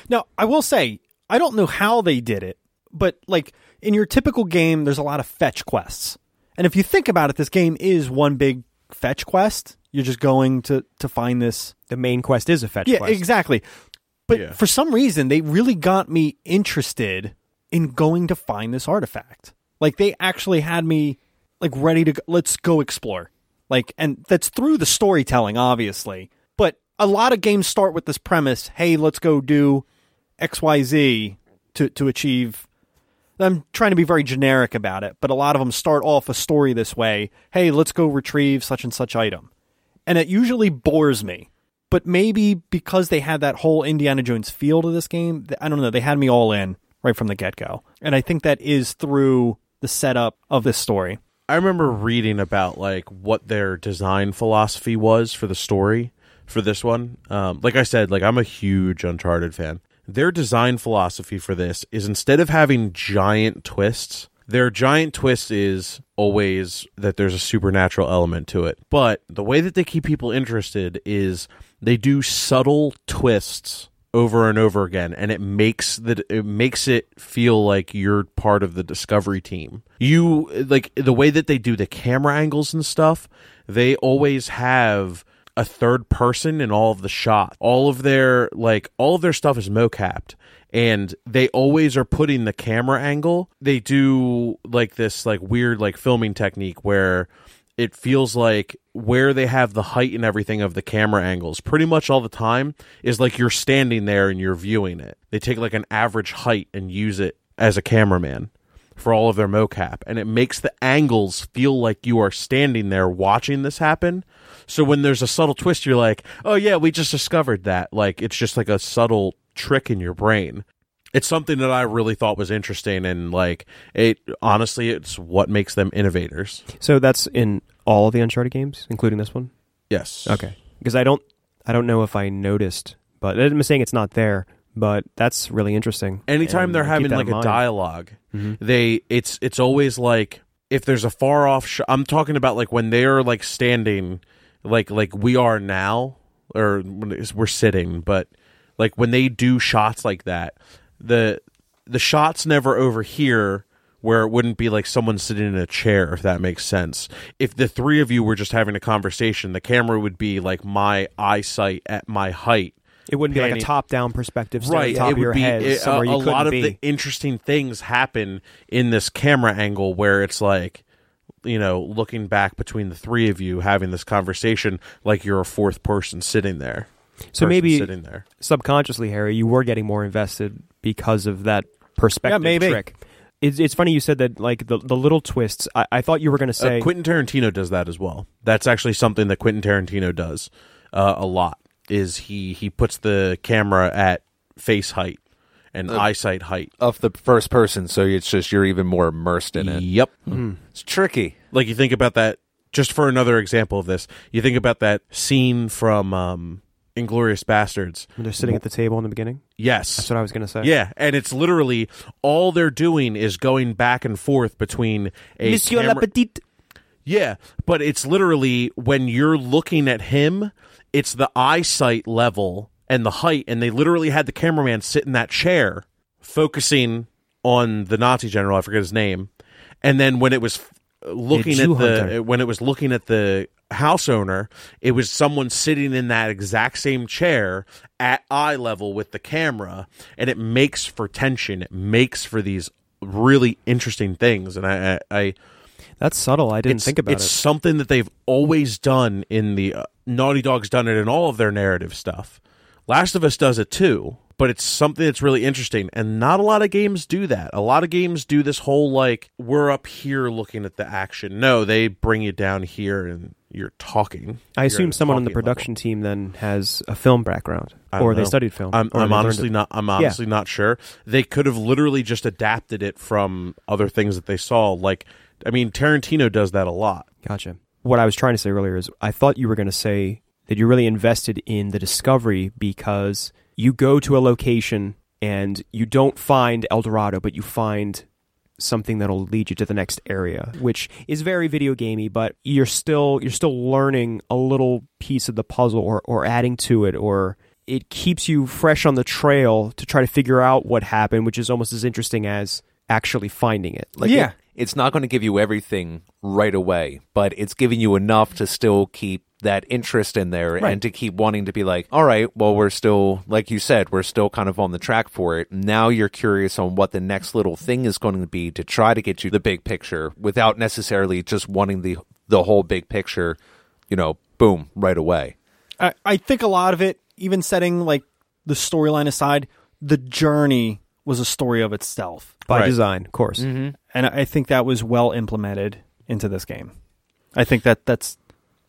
Speaker 2: Now, I will say, I don't know how they did it, but like in your typical game, there's a lot of fetch quests. And if you think about it, this game is one big fetch quest. You're just going to to find this.
Speaker 5: The main quest is a fetch
Speaker 2: yeah,
Speaker 5: quest.
Speaker 2: exactly. But
Speaker 4: Yeah.
Speaker 2: for some reason, they really got me interested in going to find this artifact. Like they actually had me like ready to go, let's go explore. Like and that's through the storytelling obviously. But a lot of games start with this premise, hey, let's go do XYZ to to achieve I'm trying to be very generic about it, but a lot of them start off a story this way. Hey, let's go retrieve such and such item. And it usually bores me. But maybe because they had that whole Indiana Jones feel to this game, th- I don't know, they had me all in right from the get go. And I think that is through the setup of this story.
Speaker 4: I remember reading about like what their design philosophy was for the story for this one. Um, like I said, like I'm a huge Uncharted fan. Their design philosophy for this is instead of having giant twists, their giant twist is always that there's a supernatural element to it. But the way that they keep people interested is they do subtle twists over and over again and it makes the it makes it feel like you're part of the discovery team you like the way that they do the camera angles and stuff they always have a third person in all of the shot all of their like all of their stuff is mocapped and they always are putting the camera angle they do like this like weird like filming technique where it feels like where they have the height and everything of the camera angles pretty much all the time is like you're standing there and you're viewing it. They take like an average height and use it as a cameraman for all of their mocap and it makes the angles feel like you are standing there watching this happen. So when there's a subtle twist you're like, "Oh yeah, we just discovered that." Like it's just like a subtle trick in your brain it's something that I really thought was interesting and like it honestly it's what makes them innovators.
Speaker 5: So that's in all the Uncharted games, including this one.
Speaker 4: Yes.
Speaker 5: Okay, because I don't, I don't know if I noticed, but I'm saying it's not there. But that's really interesting.
Speaker 4: Anytime
Speaker 5: And
Speaker 4: they're
Speaker 5: keep
Speaker 4: having
Speaker 5: that
Speaker 4: like
Speaker 5: in
Speaker 4: a
Speaker 5: mind. Mm-hmm.
Speaker 4: dialog they it's it's always like if there's a far off. Sh- I'm talking about like when they're like standing, like like we are now, or when it's- we're sitting, but like when they do shots like that, the the shots never over here where it wouldn't be like someone sitting in a chair if that makes sense if the three of you were just having a conversation the camera would be like my eyesight at my height
Speaker 5: it wouldn't be like
Speaker 4: panning-
Speaker 5: a top-down perspective, staring
Speaker 4: right
Speaker 5: top
Speaker 4: it
Speaker 5: of
Speaker 4: would
Speaker 5: your
Speaker 4: be
Speaker 5: head,
Speaker 4: it- a,
Speaker 5: somewhere you
Speaker 4: a
Speaker 5: couldn't
Speaker 4: lot of
Speaker 5: be.
Speaker 4: the interesting things happen in this camera angle where it's like you know looking back between the three of you having this conversation like you're a fourth person sitting there
Speaker 5: so
Speaker 4: person
Speaker 5: maybe
Speaker 4: sitting there
Speaker 5: subconsciously, Harry, you were getting more invested because of that perspective
Speaker 2: Yeah, maybe.
Speaker 5: trick. It's, it's funny you said that, like the the little twists. I, I thought you were going to say
Speaker 4: uh, quentin tarantino does that as well that's actually something that quentin tarantino does uh, a lot is he he puts the camera at face height and
Speaker 3: Uh,
Speaker 4: eyesight height
Speaker 3: Of the first person, so it's just you're even more immersed in it.
Speaker 4: yep
Speaker 3: It's tricky.
Speaker 4: like you think about that just for another example of this you think about that scene from um inglorious bastards
Speaker 5: when they're sitting at the table in the beginning. That's
Speaker 4: yes
Speaker 5: what I was going to say.
Speaker 4: yeah and it's literally all they're doing is going back and forth between a
Speaker 5: Monsieur
Speaker 4: camera-
Speaker 5: Petite.
Speaker 4: yeah but it's literally when you're looking at him it's the eyesight level and the height and they literally had the cameraman sit in that chair focusing on the nazi general i forget his name and then when it was f- looking at
Speaker 5: Jew
Speaker 4: the uh,
Speaker 5: hunter.
Speaker 4: when it was looking at the house owner, it was someone sitting in that exact same chair at eye level with the camera, and it makes for tension. It makes for these really interesting things, and I, I, I
Speaker 5: That's subtle. I didn't
Speaker 4: it's,
Speaker 5: think about
Speaker 4: it's
Speaker 5: it.
Speaker 4: something that they've always done in the uh, Naughty Dog's done it in all of their narrative stuff. Last of Us does it too, but it's something that's really interesting, and not a lot of games do that. A lot of games do this whole like we're up here looking at the action. No, they bring you down here and you're talking.
Speaker 5: I
Speaker 4: You're
Speaker 5: assume
Speaker 4: at a
Speaker 5: someone on the
Speaker 4: talking level.
Speaker 5: production team then has a film background,
Speaker 4: I don't
Speaker 5: or they
Speaker 4: know.
Speaker 5: studied film.
Speaker 4: I'm,
Speaker 5: or
Speaker 4: I'm
Speaker 5: they learned
Speaker 4: honestly
Speaker 5: it.
Speaker 4: not. I'm honestly not sure. They could have literally just adapted it from other things that they saw. Like, I mean, Tarantino does that a lot.
Speaker 5: Gotcha. What I was trying to say earlier is I thought you were going to say that you're really invested in the discovery because you go to a location and you don't find El Dorado, but you find something that'll lead you to the next area, which is very video gamey, but you're still you're still learning a little piece of the puzzle or, or adding to it or it keeps you fresh on the trail to try to figure out what happened, which is almost as interesting as actually finding it.
Speaker 3: Like
Speaker 2: Yeah.
Speaker 3: it- it's not going to give you everything right away, but it's giving you enough to still keep that interest in there and to keep wanting to be like, all right, well, we're still, like you said, we're still kind of on the track for it. Now you're curious on what the next little thing is going to be to try to get you the big picture without necessarily just wanting the the whole big picture, you know, boom, right away.
Speaker 2: I, I think a lot of it, even setting like the storyline aside, the journey was a story of itself,
Speaker 5: By
Speaker 4: Right.
Speaker 5: design, of course.
Speaker 2: and I I think that was well implemented into this game. I think that that's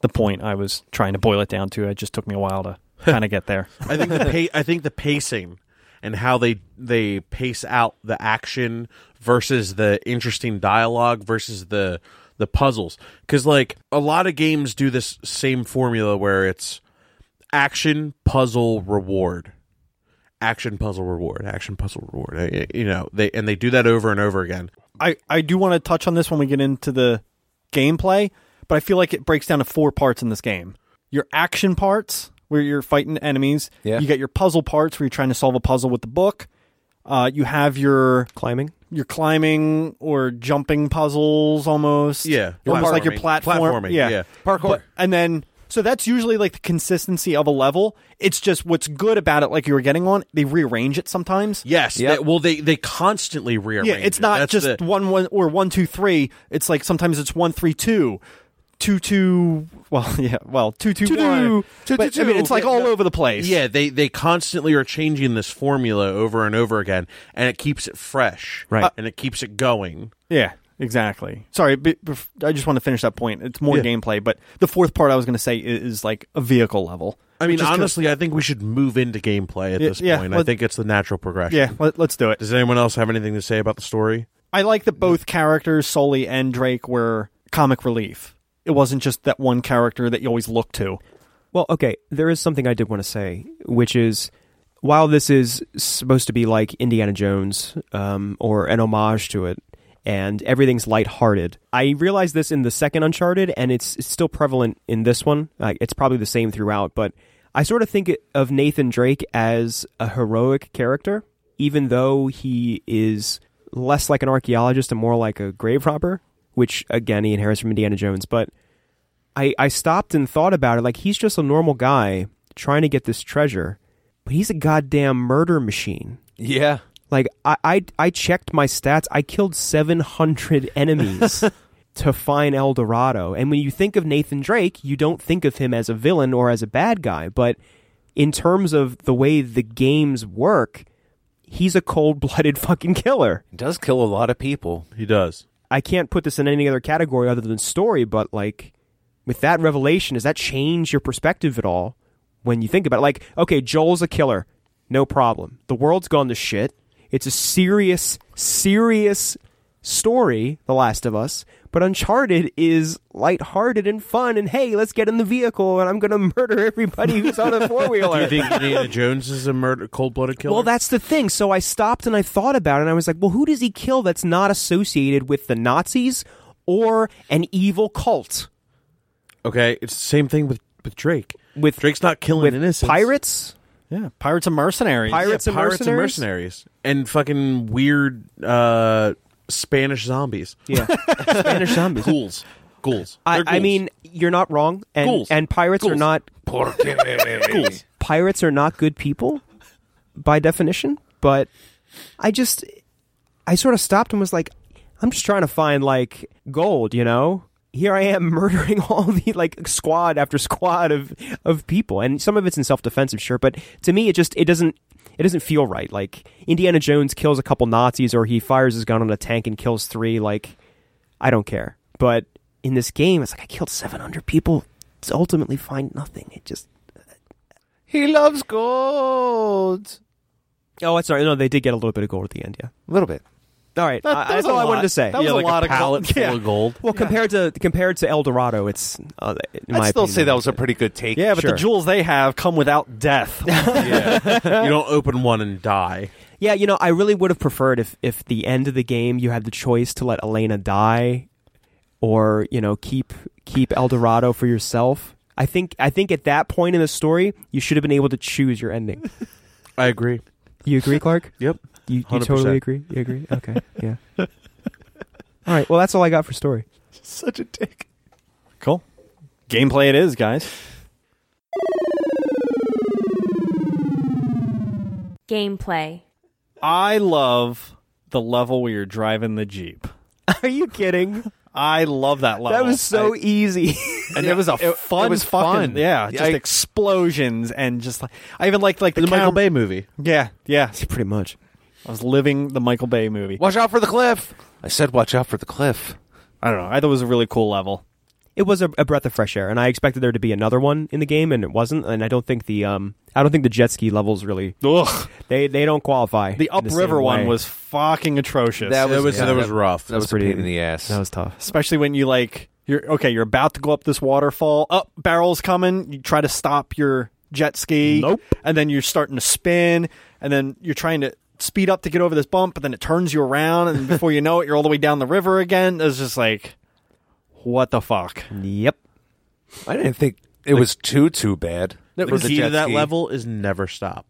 Speaker 2: the point I was trying to boil it down to. It just took me a while to kind of get there.
Speaker 4: I think the pa- I think the pacing and how they they pace out the action versus the interesting dialogue versus the the puzzles because like a lot of games do this same formula where it's action puzzle reward action puzzle reward action puzzle reward Eh, eh, you know they and they do that over and over again
Speaker 2: I, I do want to touch on this when we get into the gameplay, but I feel like it breaks down to four parts in this game. Your action parts, where you're fighting enemies.
Speaker 3: Yeah.
Speaker 2: You got your puzzle parts, where you're trying to solve a puzzle with the book. Uh, you have your
Speaker 5: Climbing.
Speaker 2: your climbing or jumping puzzles, almost.
Speaker 4: Yeah.
Speaker 2: almost like
Speaker 4: Platforming.
Speaker 2: your platform.
Speaker 4: Platforming,
Speaker 2: Yeah,
Speaker 4: yeah.
Speaker 2: parkour. and then, so that's usually like the consistency of a level. It's just what's good about it, like you were getting on. They rearrange it sometimes.
Speaker 4: yes
Speaker 3: Yep.
Speaker 4: that- well they they constantly rearrange
Speaker 2: Yeah, it's not
Speaker 4: That's
Speaker 2: just
Speaker 4: the-
Speaker 2: one one or one two three. It's like sometimes it's one three two, two two. Well, yeah, well two two one.
Speaker 3: two,
Speaker 2: But,
Speaker 3: two,
Speaker 2: I mean, it's like
Speaker 3: two.
Speaker 2: all over the place.
Speaker 4: Yeah, they they constantly are changing this formula over and over again, and it keeps it fresh,
Speaker 5: Right. Uh,
Speaker 4: and it keeps it going.
Speaker 2: yeah, exactly. Sorry, be- bef- I just want to finish that point. It's more gameplay, but the fourth part I was going to say i- is, like a vehicle level.
Speaker 4: I mean,
Speaker 2: Just 'cause-
Speaker 4: honestly, I think we should move into gameplay at
Speaker 2: Yeah,
Speaker 4: this
Speaker 2: yeah,
Speaker 4: point. I
Speaker 2: let-
Speaker 4: think it's the natural progression.
Speaker 2: yeah, let, let's do it.
Speaker 4: Does anyone else have anything to say about the story?
Speaker 2: I like that both characters, Sully and Drake, were comic relief. It wasn't just that one character that you always look to.
Speaker 5: Well, okay, there is something I did want to say, which is while this is supposed to be like Indiana Jones um, or an homage to it, and everything's lighthearted, I realized this in the second Uncharted, and it's, it's still prevalent in this one. Like, it's probably the same throughout, but I sort of think it- of Nathan Drake as a heroic character, even though he is less like an archaeologist and more like a grave robber, which again he inherits from Indiana Jones, but. I, I stopped and thought about it. Like, he's just a normal guy trying to get this treasure, but he's a goddamn murder machine.
Speaker 3: Yeah.
Speaker 5: Like, I, I, I checked my stats. I killed 700 enemies to find El Dorado. And when you think of Nathan Drake, you don't think of him as a villain or as a bad guy. But in terms of the way the games work, he's a cold blooded fucking killer.
Speaker 3: It does kill a lot of people.
Speaker 4: He does.
Speaker 5: I can't put this in any other category other than story, but like with that revelation, does that change your perspective at all when you think about it? Like, okay, Joel's a killer, no problem. The world's gone to shit. It's a serious, serious story, The Last of Us, but Uncharted is lighthearted and fun and hey, let's get in the vehicle and I'm gonna murder everybody who's on a four
Speaker 4: Do you
Speaker 5: wheeler.
Speaker 4: think Indiana Jones is a murder, cold-blooded killer?
Speaker 5: Well, that's the thing. So I stopped and I thought about it, and I was like, well, who does he kill that's not associated with the Nazis or an evil cult?
Speaker 4: okay. It's the same thing with with Drake.
Speaker 5: With,
Speaker 4: Drake's not killing
Speaker 5: with
Speaker 4: innocents.
Speaker 5: pirates?
Speaker 2: Yeah, pirates and mercenaries.
Speaker 5: Pirates-
Speaker 4: Yeah,
Speaker 5: and
Speaker 4: pirates and mercenaries, and fucking weird uh, Spanish zombies,
Speaker 5: Yeah. Spanish zombies.
Speaker 4: ghouls, ghouls.
Speaker 5: I,
Speaker 4: They're
Speaker 5: I
Speaker 4: ghouls.
Speaker 5: mean, you're not wrong. And,
Speaker 4: Ghouls.
Speaker 5: and pirates are
Speaker 4: Ghouls.
Speaker 5: not
Speaker 4: ghouls.
Speaker 5: pirates are not good people by definition, but I just I sort of stopped and was like, I'm just trying to find like gold, you know? Here I am murdering all the like squad after squad of of people. And some of it's in self defense, I'm sure, but to me it just it doesn't it doesn't feel right. Like Indiana Jones kills a couple Nazis or he fires his gun on a tank and kills three, like I don't care. But in this game, it's like I killed seven hundred people to ultimately find nothing. It just
Speaker 3: He loves gold.
Speaker 5: Oh, that's all right. No, they did get a little bit of gold at the end, yeah.
Speaker 3: A little bit.
Speaker 5: All right,
Speaker 2: That-
Speaker 5: I-
Speaker 2: that was
Speaker 5: that's
Speaker 2: a
Speaker 5: all I
Speaker 2: lot.
Speaker 5: wanted to say.
Speaker 2: That was
Speaker 4: yeah,
Speaker 2: a
Speaker 4: like
Speaker 2: lot
Speaker 4: a
Speaker 2: of gold.
Speaker 4: pallet full
Speaker 2: Yeah.
Speaker 4: of gold.
Speaker 5: well, compared to compared to El Dorado, it's uh, in
Speaker 3: I'd
Speaker 5: my
Speaker 3: still
Speaker 5: opinion,
Speaker 3: say that was a pretty good take.
Speaker 5: yeah, but
Speaker 2: The jewels they have come without death.
Speaker 4: you don't open one and die.
Speaker 5: Yeah, you know, I really would have preferred if if the end of the game you had the choice to let Elena die or, you know, keep keep El Dorado for yourself. I think I think at that point in the story, you should have been able to choose your ending.
Speaker 4: I agree.
Speaker 5: You agree, Clark?
Speaker 4: Yep.
Speaker 5: You, you
Speaker 4: 100%.
Speaker 5: totally agree? You agree? Okay. Yeah. All right. Well, that's all I got for story.
Speaker 2: Such a dick. Cool. Gameplay it is, guys.
Speaker 1: Gameplay.
Speaker 2: I love the level where you're driving the Jeep.
Speaker 5: Are you kidding?
Speaker 2: I love that level.
Speaker 5: That was so
Speaker 2: I-
Speaker 5: easy.
Speaker 2: and it was a
Speaker 3: it
Speaker 2: fun
Speaker 3: was
Speaker 2: fucking-
Speaker 3: fun.
Speaker 2: Yeah,
Speaker 3: Yeah,
Speaker 2: just
Speaker 3: I-
Speaker 2: explosions and just like I even liked like the,
Speaker 4: The Michael
Speaker 2: cam-
Speaker 4: Bay movie.
Speaker 2: Yeah, yeah.
Speaker 5: Pretty much.
Speaker 2: I was living the Michael Bay movie.
Speaker 3: Watch out for the cliff. I said, watch out for the cliff.
Speaker 2: I don't know. I thought it was a really cool level.
Speaker 5: it was a, a breath of fresh air, and I expected there to be another one in the game, and it wasn't. And I don't think the um, I don't think the jet ski levels really
Speaker 2: Ugh.
Speaker 5: they they don't qualify.
Speaker 2: The
Speaker 5: in same
Speaker 2: upriver one
Speaker 5: way.
Speaker 2: was fucking atrocious.
Speaker 3: That was-
Speaker 4: That was
Speaker 3: yeah,
Speaker 4: that was rough.
Speaker 3: That was
Speaker 5: pretty-
Speaker 3: a pain in the ass.
Speaker 5: that was tough.
Speaker 2: especially when you like you're okay you're about to go up this waterfall up barrels coming you try to stop your jet ski
Speaker 5: Nope.
Speaker 2: and then you're starting to spin and then you're trying to speed up to get over this bump but then it turns you around and before you know it you're all the way down the river again it's just like what the fuck
Speaker 5: Yep.
Speaker 3: I didn't think it was too too bad.
Speaker 4: the key to that level is never stop.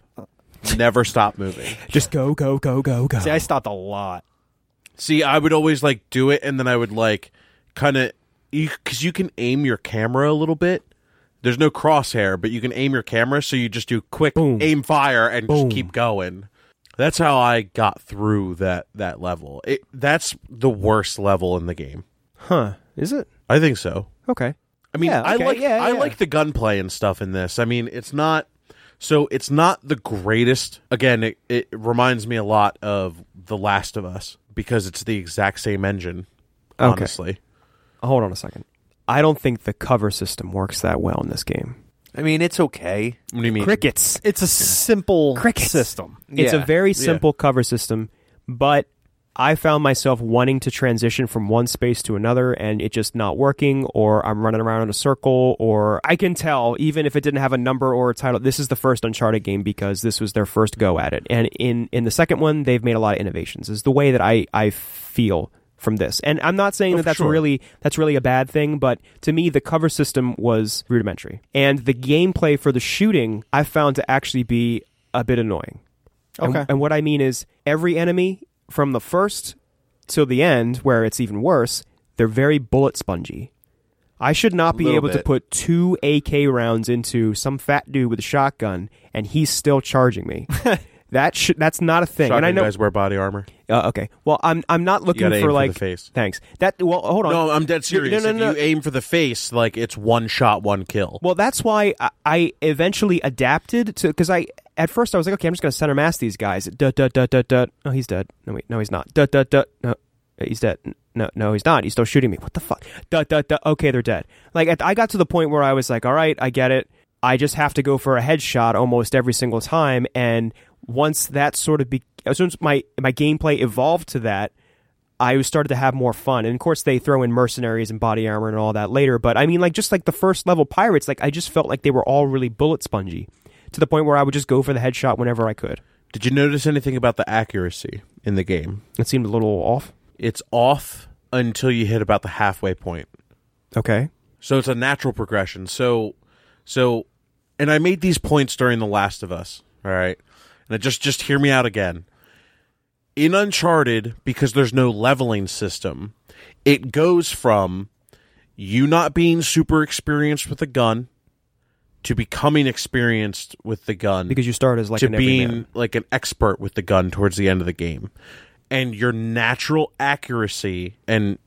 Speaker 4: Never stop moving.
Speaker 5: Just go go go go go.
Speaker 2: see i stopped a lot
Speaker 4: See, I would always like do it, and then I would like kind of because you can aim your camera a little bit. There's no crosshair, but you can aim your camera, so you just do quick
Speaker 5: Boom.
Speaker 4: aim fire and
Speaker 5: Boom.
Speaker 4: just keep going. That's how I got through that that level. It, that's the worst level in the game.
Speaker 5: huh? Is it
Speaker 4: I think so.
Speaker 5: okay?
Speaker 4: I mean,
Speaker 5: Yeah, okay,
Speaker 4: I like
Speaker 5: yeah,
Speaker 4: I
Speaker 5: yeah.
Speaker 4: like the gunplay and stuff in this. I mean, it's not so it's not the greatest. Again, it, it reminds me a lot of The Last of Us because it's the exact same engine.
Speaker 5: Okay.
Speaker 4: Honestly,
Speaker 5: Hold on a second. I don't think the cover system works that well in this game.
Speaker 3: I mean, it's okay.
Speaker 4: what do you mean?
Speaker 5: Crickets.
Speaker 2: it's a simple
Speaker 5: Crickets.
Speaker 2: system
Speaker 5: It's
Speaker 3: Yeah.
Speaker 5: a very simple cover system, but I found myself wanting to transition from one space to another and it just not working, or I'm running around in a circle, or I can tell, even if it didn't have a number or a title, this is the first Uncharted game because this was their first go at it. And in, in the second one, they've made a lot of innovations, is the way that I, I feel from this. And I'm not saying that that's really that's really a bad thing, but to me the cover system was rudimentary. And the gameplay for the shooting I found to actually be a bit annoying. And-
Speaker 2: Okay.
Speaker 5: And, what I mean is every enemy from the first till the end, where it's even worse, they're very bullet spongy. I should not be
Speaker 3: Little
Speaker 5: able to
Speaker 3: bit.
Speaker 5: put two AK rounds into some fat dude with a shotgun and he's still charging me. that should that's not a thing.
Speaker 4: Shotgun
Speaker 5: and I know.
Speaker 4: guys wear body armor.
Speaker 5: Uh, okay. Well, I'm I'm not looking
Speaker 4: gotta aim
Speaker 5: for
Speaker 4: for
Speaker 5: like
Speaker 4: the face.
Speaker 5: Thanks. That well, hold on.
Speaker 4: No, I'm dead
Speaker 5: You're-
Speaker 4: serious.
Speaker 5: Oh. No, no, no.
Speaker 4: If you aim for the face, like it's one shot, one kill.
Speaker 5: Well, that's why I- I eventually adapted to because I at first I was like, okay, I'm just gonna center mass these guys. Dut dut dut dut dut. Oh, he's dead. No, wait, no, he's not. Dut dut dut. No, uh, he's dead. No, no, he's not. He's still shooting me. What the fuck? Dut dut dut. Okay, they're dead. Like at, I got to the point where I was like, all right, I get it. I just have to go for a headshot almost every single time, and once that sort of be, as soon as my my gameplay evolved to that, I started to have more fun. And of course, they throw in mercenaries and body armor and all that later. But I mean, like, just like the first level pirates, like, I just felt like they were all really bullet spongy to the point where I would just go for the headshot whenever I could.
Speaker 4: Did you notice anything about the accuracy in the game?
Speaker 5: It seemed a little off.
Speaker 4: It's off until you hit about the halfway point.
Speaker 5: Okay.
Speaker 4: So it's a natural progression. So so and I made these points during The Last of Us, all right? And it just just hear me out again. In Uncharted, because there's no leveling system, it goes from you not being super experienced with a gun to becoming experienced with the gun
Speaker 5: Because you start as like
Speaker 4: to
Speaker 5: an
Speaker 4: being
Speaker 5: everyman.
Speaker 4: like an expert with the gun towards the end of the game. And your natural accuracy and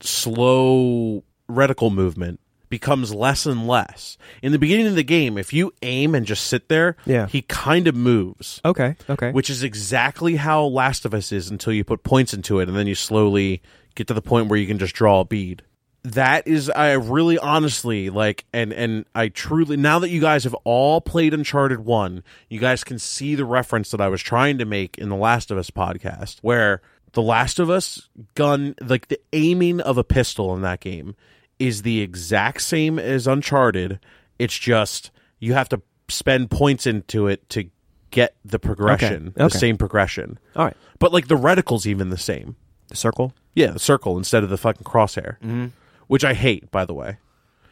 Speaker 4: slow reticle movement becomes less and less. In the beginning of the game, if you aim and just sit there,
Speaker 5: Yeah.
Speaker 4: he kind of moves,
Speaker 5: Okay. Okay.
Speaker 4: which is exactly how Last of Us is until you put points into it and then you slowly get to the point where you can just draw a bead. That is I really honestly like and and I truly now that you guys have all played Uncharted 1, you guys can see the reference that I was trying to make in the Last of Us podcast where The Last of Us gun, like the aiming of a pistol in that game, is the exact same as Uncharted. It's just you have to spend points into it to get the progression, the
Speaker 5: okay.
Speaker 4: same progression.
Speaker 5: All right.
Speaker 4: But like the reticle's even the same.
Speaker 5: The circle.
Speaker 4: Yeah, the circle instead of the fucking crosshair, mm-hmm. which I hate, by the way.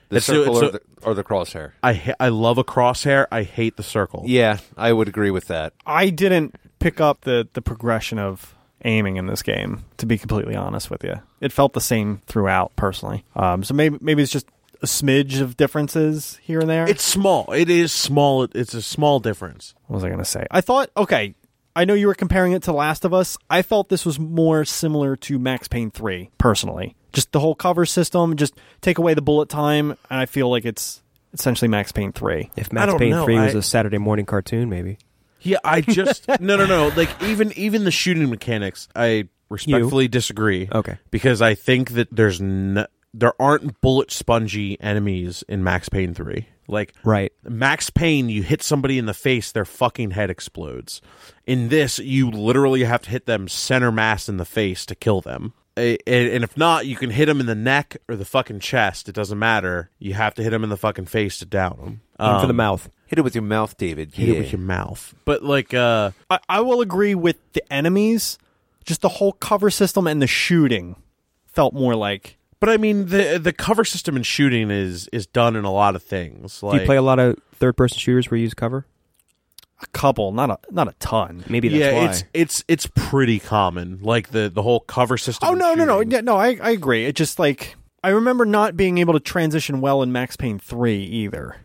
Speaker 3: The
Speaker 4: It's so-
Speaker 3: circle
Speaker 4: it's
Speaker 3: or,
Speaker 4: so-
Speaker 3: the, or the crosshair.
Speaker 4: I ha- I love a crosshair. I hate the circle.
Speaker 3: Yeah, I would agree with that.
Speaker 2: I didn't pick up the the progression of aiming in this game. To be completely honest with you, it felt the same throughout. Personally, um, so maybe maybe it's just a smidge of differences here and there.
Speaker 4: It's small. It is small. It's a small difference.
Speaker 2: what was I going to say? I thought okay. I know you were comparing it to Last of Us. I felt this was more similar to Max Payne 3 personally. Just the whole cover system, just take away the bullet time and I feel like it's essentially Max Payne 3.
Speaker 5: If
Speaker 4: I
Speaker 5: Max
Speaker 4: don't
Speaker 5: Payne
Speaker 4: know,
Speaker 5: Three was
Speaker 4: I-
Speaker 5: a Saturday morning cartoon, maybe.
Speaker 4: Yeah, I just no, no, no. Like even even the shooting mechanics, I respectfully disagree.
Speaker 5: Okay.
Speaker 4: because I think that there's n there aren't bullet spongy enemies in Max Payne three. Like
Speaker 5: Right.
Speaker 4: Max Payne, you hit somebody in the face, their fucking head explodes. In this, you literally have to hit them center mass in the face to kill them. A- And and if not, you can hit them in the neck or the fucking chest. It doesn't matter. You have to hit them in the fucking face to down them.
Speaker 5: Aim for the mouth.
Speaker 3: Hit it with your mouth, David.
Speaker 4: Hit it with your mouth. But like, uh,
Speaker 2: I, I will agree with the enemies. Just the whole cover system and the shooting felt more like
Speaker 4: But I mean, the the cover system in shooting is is done in a lot of things. Like,
Speaker 5: Do you play a lot of third person shooters where you use cover?
Speaker 2: a couple, not a not a ton.
Speaker 5: Maybe that's
Speaker 4: yeah,
Speaker 5: why.
Speaker 4: it's it's it's pretty common. Like the the whole cover system.
Speaker 2: Oh
Speaker 4: in
Speaker 2: no, no, no,
Speaker 4: shooting.
Speaker 2: yeah, no. I I agree. It just like I remember not being able to transition well in Max Payne three either.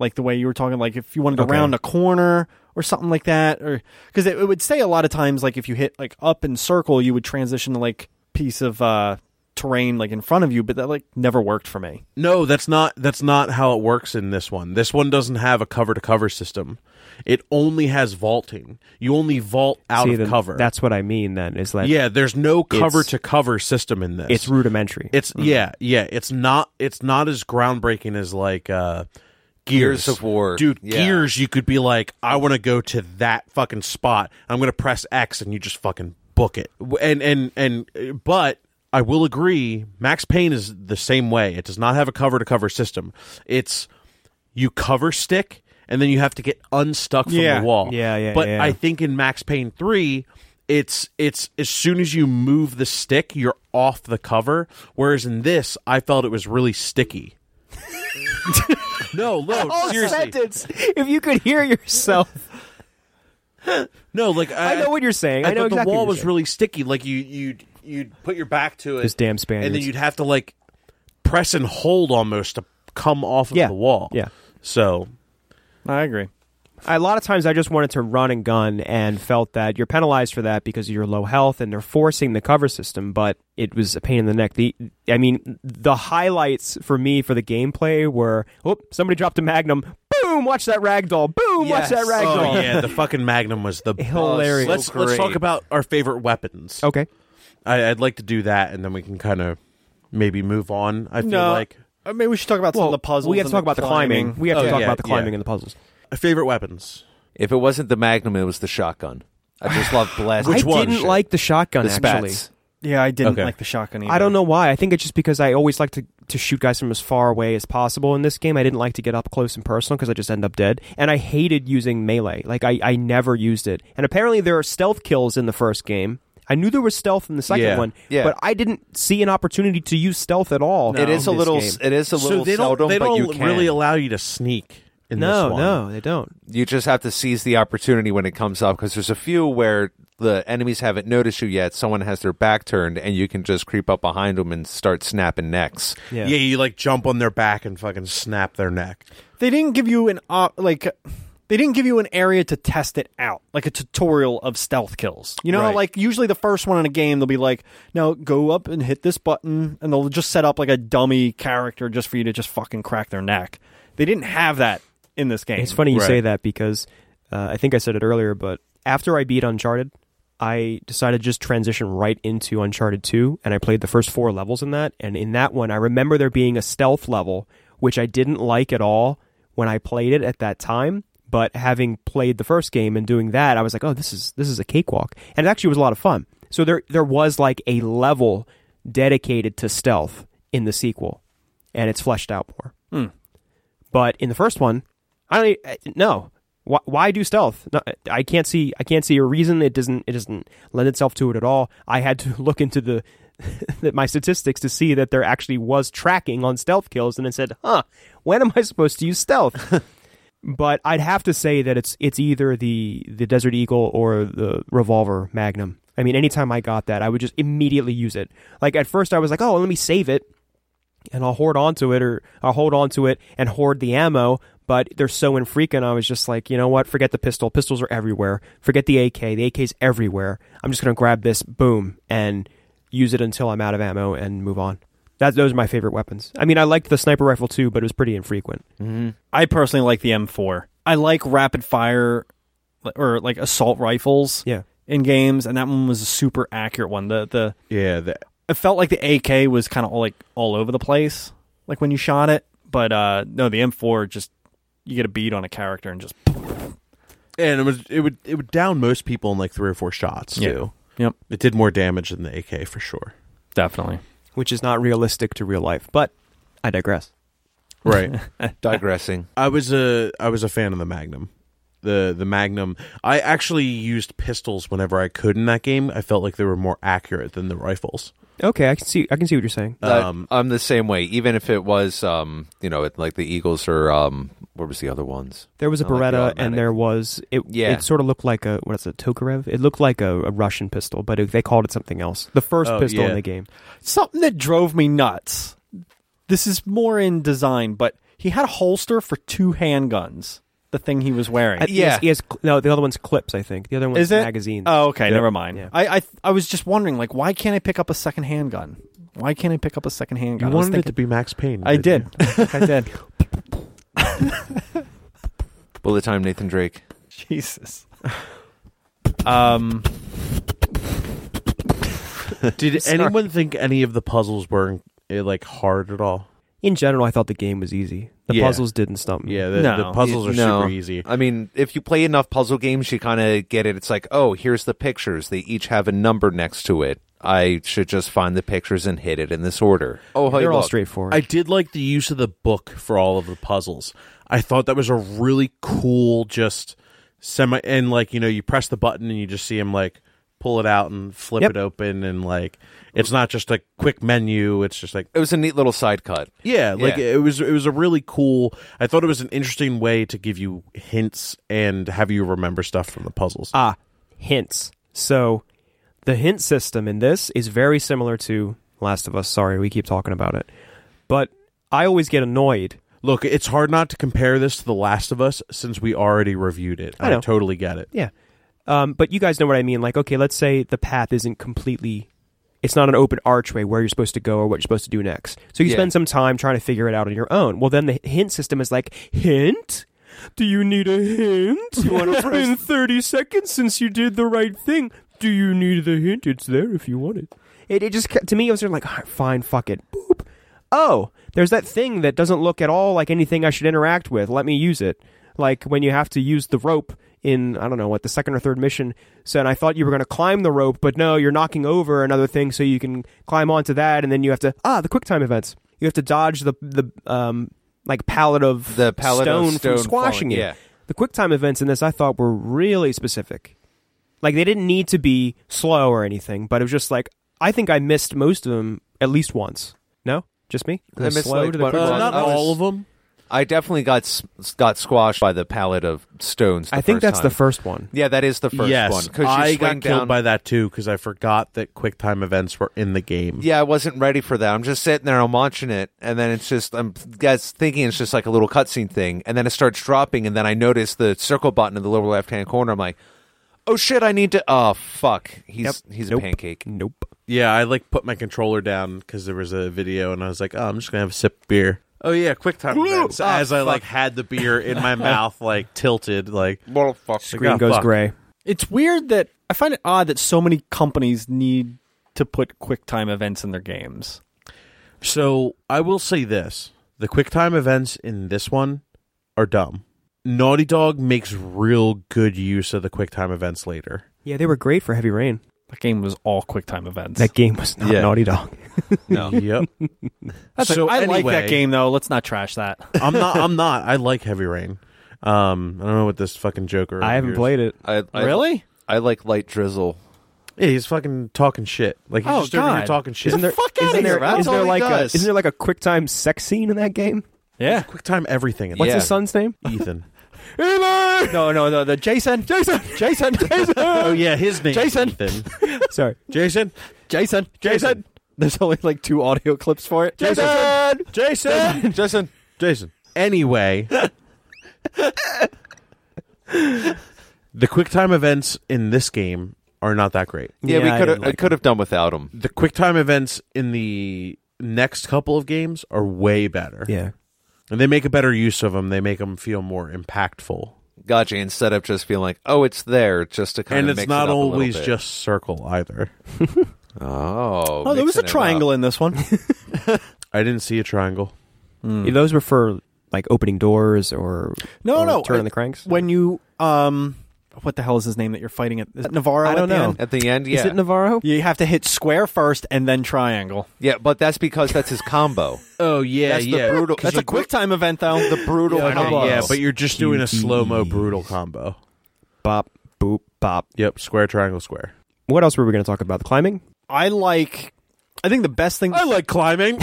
Speaker 2: Like the way you were talking, like if you wanted to
Speaker 5: Okay.
Speaker 2: round a corner or something like that, or because it, it would say a lot of times like if you hit like up and circle, you would transition to like piece of uh terrain like in front of you, but that like never worked for me.
Speaker 4: No, that's not that's not how it works in this one. This one doesn't have a cover to cover system. It only has vaulting. You only vault out
Speaker 5: See,
Speaker 4: of
Speaker 5: then
Speaker 4: cover.
Speaker 5: That's what I mean. Then is like
Speaker 4: yeah. There's no cover
Speaker 5: It's-
Speaker 4: to cover system in this.
Speaker 5: it's rudimentary.
Speaker 4: It's
Speaker 3: Mm-hmm.
Speaker 4: yeah, yeah. It's not it's not as groundbreaking as like uh Gears,
Speaker 3: Gears of War,
Speaker 4: Dude,
Speaker 3: yeah.
Speaker 4: Gears you could be like, I wanna go to that fucking spot. I'm gonna press X and you just fucking book it. W- And and and but I will agree, Max Payne is the same way. It does not have a cover to cover system. It's you cover stick and then you have to get unstuck from
Speaker 2: Yeah.
Speaker 4: the wall.
Speaker 5: Yeah, yeah,
Speaker 4: But
Speaker 5: yeah.
Speaker 4: I think in Max Payne 3, it's it's as soon as you move the stick, you're off the cover. Whereas in this, I felt it was really sticky. no,
Speaker 5: Oh,
Speaker 4: no, seriously.
Speaker 5: sentence. If you could hear yourself,
Speaker 4: No, like I,
Speaker 5: I know what you're saying. I, know
Speaker 4: thought
Speaker 5: exactly
Speaker 4: the wall
Speaker 5: what you're
Speaker 4: was
Speaker 5: saying.
Speaker 4: really sticky. Like you you you'd put your back to it.
Speaker 5: Those damn
Speaker 4: And then
Speaker 5: Spaniards.
Speaker 4: you'd have to like press and hold almost to come off of
Speaker 5: Yeah,
Speaker 4: the wall.
Speaker 5: yeah.
Speaker 4: So
Speaker 2: I agree.
Speaker 5: a lot of times I just wanted to run and gun and felt that you're penalized for that because of your low health and they're forcing the cover system, but it was a pain in the neck. The I mean, the highlights for me for the gameplay were oh, somebody dropped a magnum, boom, watch that ragdoll, boom, watch that
Speaker 3: Yes.
Speaker 5: ragdoll.
Speaker 4: Oh yeah, the fucking Magnum was the
Speaker 5: Hilarious.
Speaker 4: Let's
Speaker 3: So
Speaker 4: let's talk
Speaker 3: great. Oh.
Speaker 4: about our favorite weapons.
Speaker 5: Okay.
Speaker 4: I, I'd like to do that, and then we can kind of maybe move on. I feel like
Speaker 2: Uh, maybe we should talk about some of the puzzles.
Speaker 5: we have to
Speaker 2: and
Speaker 5: talk about the climbing. We have to
Speaker 4: Oh,
Speaker 5: talk
Speaker 4: yeah,
Speaker 5: about the
Speaker 4: yeah.
Speaker 5: climbing and the puzzles.
Speaker 4: Uh, favorite weapons.
Speaker 3: If it wasn't the Magnum, it was the shotgun. I just love blasting.
Speaker 5: I didn't like the shotgun
Speaker 3: the
Speaker 5: actually.
Speaker 3: spats.
Speaker 2: Yeah, I didn't
Speaker 4: Okay.
Speaker 2: like the shotgun. Either.
Speaker 5: I don't know why. I think it's just because I always like to, to shoot guys from as far away as possible. In this game, I didn't like to get up close and personal because I just end up dead. And I hated using melee. Like, I, I never used it. And apparently, there are stealth kills in the first game. I knew there was stealth in the second
Speaker 4: Yeah,
Speaker 5: one,
Speaker 3: yeah.
Speaker 5: but I didn't see an opportunity to use stealth at all.
Speaker 3: It is a
Speaker 5: in this
Speaker 3: little.
Speaker 5: game.
Speaker 3: It is a
Speaker 4: So
Speaker 3: little
Speaker 4: they don't
Speaker 3: seldom,
Speaker 4: they
Speaker 3: but
Speaker 4: don't
Speaker 3: you can.
Speaker 4: really allow you to sneak. In
Speaker 5: No,
Speaker 4: this one.
Speaker 5: no, they don't.
Speaker 3: you just have to seize the opportunity when it comes up because there's a few where the enemies haven't noticed you yet. Someone has their back turned, and you can just creep up behind them and start snapping necks.
Speaker 5: Yeah.
Speaker 4: Yeah, you like jump on their back and fucking snap their neck.
Speaker 2: They didn't give you an op- like. They didn't give you an area to test it out, like a tutorial of stealth kills. You know,
Speaker 4: Right.
Speaker 2: like usually the first one in a game, they'll be like, "Now go up and hit this button," and they'll just set up like a dummy character just for you to just fucking crack their neck. They didn't have that in this game.
Speaker 5: It's funny you
Speaker 4: Right.
Speaker 5: say that because uh, I think I said it earlier, but after I beat Uncharted, I decided to just transition right into Uncharted 2, and I played the first four levels in that. And in that one, I remember there being a stealth level, which I didn't like at all when I played it at that time. But having played the first game and doing that, I was like, "Oh, this is this is a cakewalk," and it actually was a lot of fun. So there there was like a level dedicated to stealth in the sequel, and it's fleshed out more.
Speaker 2: Hmm.
Speaker 5: But in the first one, I don't e- no. Why, why do stealth? No, uh, I can't see. I can't see a reason. It doesn't. It doesn't lend itself to it at all. I had to look into the that my statistics to see that there actually was tracking on stealth kills, and it said, "Huh, when am I supposed to use stealth?" but I'd have to say that it's it's either the the Desert Eagle or the revolver Magnum. I mean, anytime I got that, I would just immediately use it. Like at first, I was like, "Oh, let me save it." and I'll hoard onto it or I'll hold onto it and hoard the ammo. But they're so infrequent. I was just like, you know what? Forget the pistol. Pistols are everywhere. Forget the AK. The AK's everywhere. I'm just gonna grab this, boom, and use it until I'm out of ammo and move on. That those are my favorite weapons. I mean, I liked the sniper rifle too, but it was pretty infrequent.
Speaker 3: Mm-hmm.
Speaker 2: I personally like the M4. I like rapid fire or like assault rifles
Speaker 5: Yeah,
Speaker 2: in games, and that one was a super accurate one. The the
Speaker 4: Yeah, the,
Speaker 2: it felt like the AK was kind of all like all over the place, like when you shot it. But uh no, the M4 just you get a bead on a character and just
Speaker 4: and it was it would it would down most people in like three or four shots
Speaker 2: Yeah.
Speaker 4: too.
Speaker 2: Yep.
Speaker 4: it did more damage than the AK for sure.
Speaker 2: definitely.
Speaker 5: which is not realistic to real life. But I digress.
Speaker 4: Right.
Speaker 3: Digressing.
Speaker 4: I was a I was a fan of the Magnum. The the Magnum. I actually used pistols whenever I could in that game. I felt like they were more accurate than the rifles.
Speaker 5: Okay, I can see. I can see what you're saying.
Speaker 3: That-
Speaker 4: Um,
Speaker 3: I'm the same way. Even if it was, um, you know, it, like the Eagles or um, what was the other ones?
Speaker 5: There was a
Speaker 3: I like the
Speaker 5: Beretta,
Speaker 3: automatic.
Speaker 5: and there was it.
Speaker 3: Yeah.
Speaker 5: it sort of looked like a what is it, Tokarev? It looked like a, a Russian pistol, but it, they called it something else. The first
Speaker 4: Oh,
Speaker 5: pistol
Speaker 4: yeah.
Speaker 5: in the game.
Speaker 2: Something that drove me nuts. This is more in design, but he had a holster for two handguns. The thing he was wearing.
Speaker 5: I- he has-
Speaker 3: Yeah.
Speaker 5: he has, cl- no. The other one's clips, I think. The other one's
Speaker 2: Is it?
Speaker 5: magazines.
Speaker 2: Oh, okay.
Speaker 5: Yeah.
Speaker 2: Never mind.
Speaker 5: Yeah.
Speaker 2: I, I I was just wondering, like, why can't I pick up a second handgun? Why can't I pick up a second
Speaker 4: you
Speaker 2: handgun? I was
Speaker 4: wanted it to
Speaker 2: thinking-
Speaker 4: be Max Payne.
Speaker 2: I
Speaker 4: didn't
Speaker 2: did.
Speaker 4: you?
Speaker 2: I think I did.
Speaker 3: Bullet time, Nathan Drake.
Speaker 2: Jesus. Um.
Speaker 4: Did
Speaker 2: Sorry.
Speaker 4: anyone think any of the puzzles were eh, like hard at all?
Speaker 5: In general, I thought the game was easy. The
Speaker 4: Yeah.
Speaker 5: puzzles didn't stump me.
Speaker 4: Yeah, the,
Speaker 2: No.
Speaker 4: the puzzles are
Speaker 3: No.
Speaker 4: super easy.
Speaker 3: I mean, if you play enough puzzle games, you kind of get it. It's like, oh, here's the pictures. They each have a number next to it. I should just find the pictures and hit it in this order. Oh, hey,
Speaker 5: they're all
Speaker 3: look.
Speaker 5: straightforward.
Speaker 4: I did like the use of the book for all of the puzzles. I thought that was a really cool, just semi, and like you know, you press the button and you just see him like pull it out and flip
Speaker 5: Yep.
Speaker 4: it open, and like it's not just a quick menu. It's just like
Speaker 3: It was a neat little side cut.
Speaker 4: yeah, like
Speaker 3: Yeah.
Speaker 4: it was. It was a really cool. I thought it was an interesting way to give you hints and have you remember stuff from the puzzles.
Speaker 5: ah hints. So the hint system in this is very similar to Last of Us. Sorry, we keep talking about it, but I always get annoyed
Speaker 4: Look, it's hard not to compare this to The Last of Us since we already reviewed it.
Speaker 5: I
Speaker 4: I,
Speaker 5: know.
Speaker 4: totally get it.
Speaker 5: Yeah. Um, but you guys know what I mean. Like, okay, let's say the path isn't completely, it's not an open archway where you're supposed to go or what you're supposed to do next. So you
Speaker 3: Yeah.
Speaker 5: spend some time trying to figure it out on your own. Well, then the hint system is like, hint? Do you need a hint? You want to spend 30 seconds since you did the right thing. Do you need the hint? It's there if you want it. It, it just, ca- to me, it was sort of like, "Ah, fine, fuck it. Boop. Oh, there's that thing that doesn't look at all like anything I should interact with. Let me use it. Like when you have to use the rope in, I don't know, what, the second or third mission. So, and I thought you were going to climb the rope, but no, you're knocking over another thing so you can climb onto that. And then you have to, ah, the quick time events. You have to dodge the, the, um, like pallet of
Speaker 3: The pallet of
Speaker 5: stone,
Speaker 3: stone
Speaker 5: from squashing
Speaker 3: falling,
Speaker 5: it.
Speaker 3: yeah.
Speaker 5: The quick time events in this I thought were really specific. Like they didn't need to be slow or anything, but it was just like I think I missed most of them at least once. No, just me.
Speaker 3: I missed, like, what-
Speaker 5: quick
Speaker 3: Uh,
Speaker 5: time?
Speaker 3: not I was- all of
Speaker 4: them.
Speaker 3: I definitely got s- got squashed by the pallet of stones. the
Speaker 5: I think
Speaker 3: first
Speaker 5: that's the
Speaker 3: time.
Speaker 5: first one.
Speaker 3: Yeah, that is the first
Speaker 4: yes,
Speaker 3: one. 'cause you
Speaker 4: I
Speaker 3: swing
Speaker 4: got
Speaker 3: down-
Speaker 4: killed by that too because I forgot that QuickTime events were in the game.
Speaker 3: Yeah, I wasn't ready for that. I'm just sitting there, I'm watching it, and then it's just I'm guys thinking it's just like a little cutscene thing, and then it starts dropping, and then I notice the circle button in the lower left hand corner. I'm like, oh shit, I need to. Oh fuck, he's
Speaker 5: Yep.
Speaker 3: he's
Speaker 5: Nope.
Speaker 3: a pancake.
Speaker 5: Nope.
Speaker 4: Yeah, I like put my controller down because there was a video, and I was like, "Oh, I'm just gonna have a sip of beer." Oh yeah, quick time events.
Speaker 3: Ah,
Speaker 4: As I like
Speaker 3: fuck.
Speaker 4: had the beer in my mouth, like tilted, like
Speaker 3: Well, fuck.
Speaker 5: Green
Speaker 4: Ah,
Speaker 5: goes
Speaker 4: fuck.
Speaker 5: gray.
Speaker 2: It's weird that I find it odd that so many companies need to put QuickTime events in their games.
Speaker 4: So I will say this: the quick time events in this one are dumb. Naughty Dog makes real good use of the quick time events later.
Speaker 5: Yeah, they were great for heavy rain.
Speaker 2: That game was all QuickTime events.
Speaker 5: That game was not
Speaker 4: Yeah.
Speaker 5: Naughty Dog.
Speaker 2: no.
Speaker 4: Yep.
Speaker 2: That's
Speaker 4: So
Speaker 2: I like
Speaker 4: anyway-
Speaker 2: that game though. Let's not trash that.
Speaker 4: I'm not. I'm not. I like Heavy Rain. Um, I don't know what this fucking Joker.
Speaker 5: I haven't played it.
Speaker 3: I, I-
Speaker 2: really?
Speaker 3: I like light drizzle.
Speaker 4: Yeah, he's fucking talking shit. Like he's
Speaker 2: Oh,
Speaker 4: just over here
Speaker 2: God.
Speaker 4: talking shit.
Speaker 2: Isn't there- fuck outta
Speaker 5: isn't
Speaker 2: here,
Speaker 5: there,
Speaker 2: man.
Speaker 5: isn't
Speaker 2: That's
Speaker 5: there
Speaker 2: all he
Speaker 5: like a,
Speaker 2: does.
Speaker 5: isn't there like a QuickTime sex scene in that game?
Speaker 2: Yeah.
Speaker 4: quick time everything? In
Speaker 5: What's
Speaker 3: Yeah.
Speaker 5: his son's name?
Speaker 4: that. Ethan?
Speaker 2: No, no, no. The Jason, Jason, Jason, Jason,
Speaker 4: Oh yeah, his name.
Speaker 2: Jason.
Speaker 4: Ethan.
Speaker 5: Sorry.
Speaker 4: Jason.
Speaker 2: Jason,
Speaker 4: Jason.
Speaker 2: Jason. There's only like two audio clips for it.
Speaker 4: Jason. Jason.
Speaker 3: Jason,
Speaker 4: Jason. Anyway. the QuickTime events in this game are not that great.
Speaker 3: yeah,
Speaker 5: I
Speaker 3: we uh, could
Speaker 5: didn't
Speaker 3: have I
Speaker 5: like
Speaker 3: could have done without him.
Speaker 4: The QuickTime events in the next couple of games are way better.
Speaker 5: it. Yeah.
Speaker 4: And they make a better use of them. They make them feel more impactful.
Speaker 3: Gotcha. Instead of just being like, oh, it's there, just to kind
Speaker 4: and
Speaker 3: of
Speaker 4: it's
Speaker 3: mix
Speaker 4: not
Speaker 3: it up a little
Speaker 4: always
Speaker 3: bit.
Speaker 4: just circle either.
Speaker 3: oh.
Speaker 2: Oh, there was a
Speaker 3: mixing it up.
Speaker 2: triangle in this one.
Speaker 4: I didn't see a triangle.
Speaker 5: Those were for like opening doors or
Speaker 2: Hmm. No,
Speaker 5: or
Speaker 2: no,
Speaker 5: turn on
Speaker 2: I-
Speaker 5: the cranks.
Speaker 2: when you um what the hell is his name that you're fighting at is it Navarro
Speaker 5: I don't
Speaker 2: at the
Speaker 5: know.
Speaker 2: end?
Speaker 3: at the end. Yeah,
Speaker 5: Is it Navarro?
Speaker 2: You have to hit square first and then triangle.
Speaker 3: yeah, but that's because that's his combo.
Speaker 4: Oh yeah,
Speaker 3: That's the brutal.
Speaker 2: That's a quick time event though. The
Speaker 3: brutal
Speaker 2: Yeah, okay,
Speaker 3: combo.
Speaker 4: yeah, but you're just doing a
Speaker 5: Cuties.
Speaker 4: slow mo brutal combo.
Speaker 5: Bop, boop, bop.
Speaker 4: Yep, square, triangle, square.
Speaker 5: What else were we going to talk about? The climbing?
Speaker 2: I like I think the best thing
Speaker 4: I like climbing.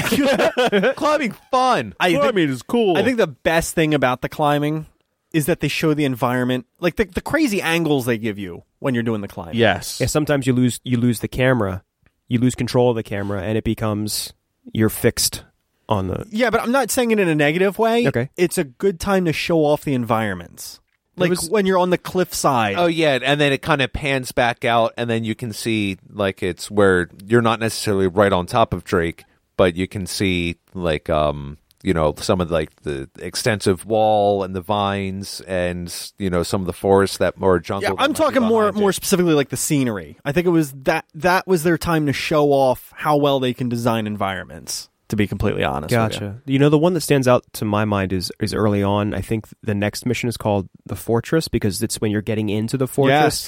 Speaker 3: climbing fun.
Speaker 2: I think,
Speaker 4: climbing is cool.
Speaker 2: I think the best thing about the climbing is that they show the environment like the, the crazy angles they give you when you're doing the climb.
Speaker 4: yes.
Speaker 5: Yeah, sometimes you lose you lose the camera, you lose control of the camera, and it becomes you're fixed on the.
Speaker 2: Yeah, but I'm not saying it in a negative way.
Speaker 5: Okay.
Speaker 2: It's a good time to show off the environments. Like
Speaker 5: was-
Speaker 2: when you're on the cliffside.
Speaker 3: Oh yeah, and then it kind of pans back out, and then you can see like it's where you're not necessarily right on top of Drake, but you can see like um you know some of like the extensive wall and the vines and you know some of the forest that or jungle.
Speaker 2: Yeah,
Speaker 3: that
Speaker 2: I'm
Speaker 3: might be
Speaker 2: talking more
Speaker 3: behind
Speaker 2: more
Speaker 3: it.
Speaker 2: specifically like the scenery. I think it was that that was their time to show off how well they can design environments. To be completely honest, with you.
Speaker 5: Gotcha. You know, the one that stands out to my mind is is early on. I think the next mission is called the fortress because it's when you're getting into the fortress.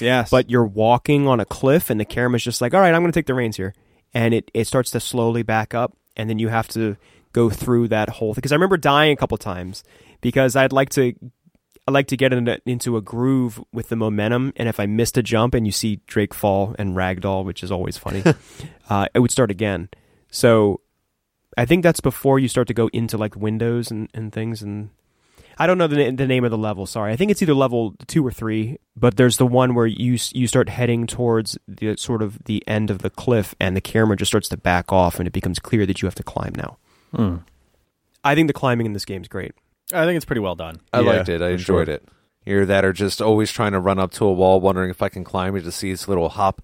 Speaker 2: Yes, yes.
Speaker 5: But you're walking on a cliff, and the camera's just like, "All right, I'm going to take the reins here," and it it starts to slowly back up, and then you have to go through that whole. Because I remember dying a couple times because I'd like to. I like to get in a, into a groove with the momentum, and if I missed a jump and you see Drake fall and ragdoll, which is always funny, uh, it would start again. So I think that's before you start to go into like windows and, and things and I don't know the, na- the name of the level. Sorry, I think it's either level two or three. But there's the one where you s- you start heading towards the sort of the end of the cliff, and the camera just starts to back off, and it becomes clear that you have to climb now.
Speaker 4: Hmm.
Speaker 5: I think the climbing in this game is great.
Speaker 2: I think it's pretty well done.
Speaker 3: I
Speaker 4: Yeah,
Speaker 3: liked it. I
Speaker 4: for
Speaker 3: enjoyed
Speaker 4: sure.
Speaker 3: it. Either that or just always trying to run up to a wall, wondering if I can climb it to see its little hop.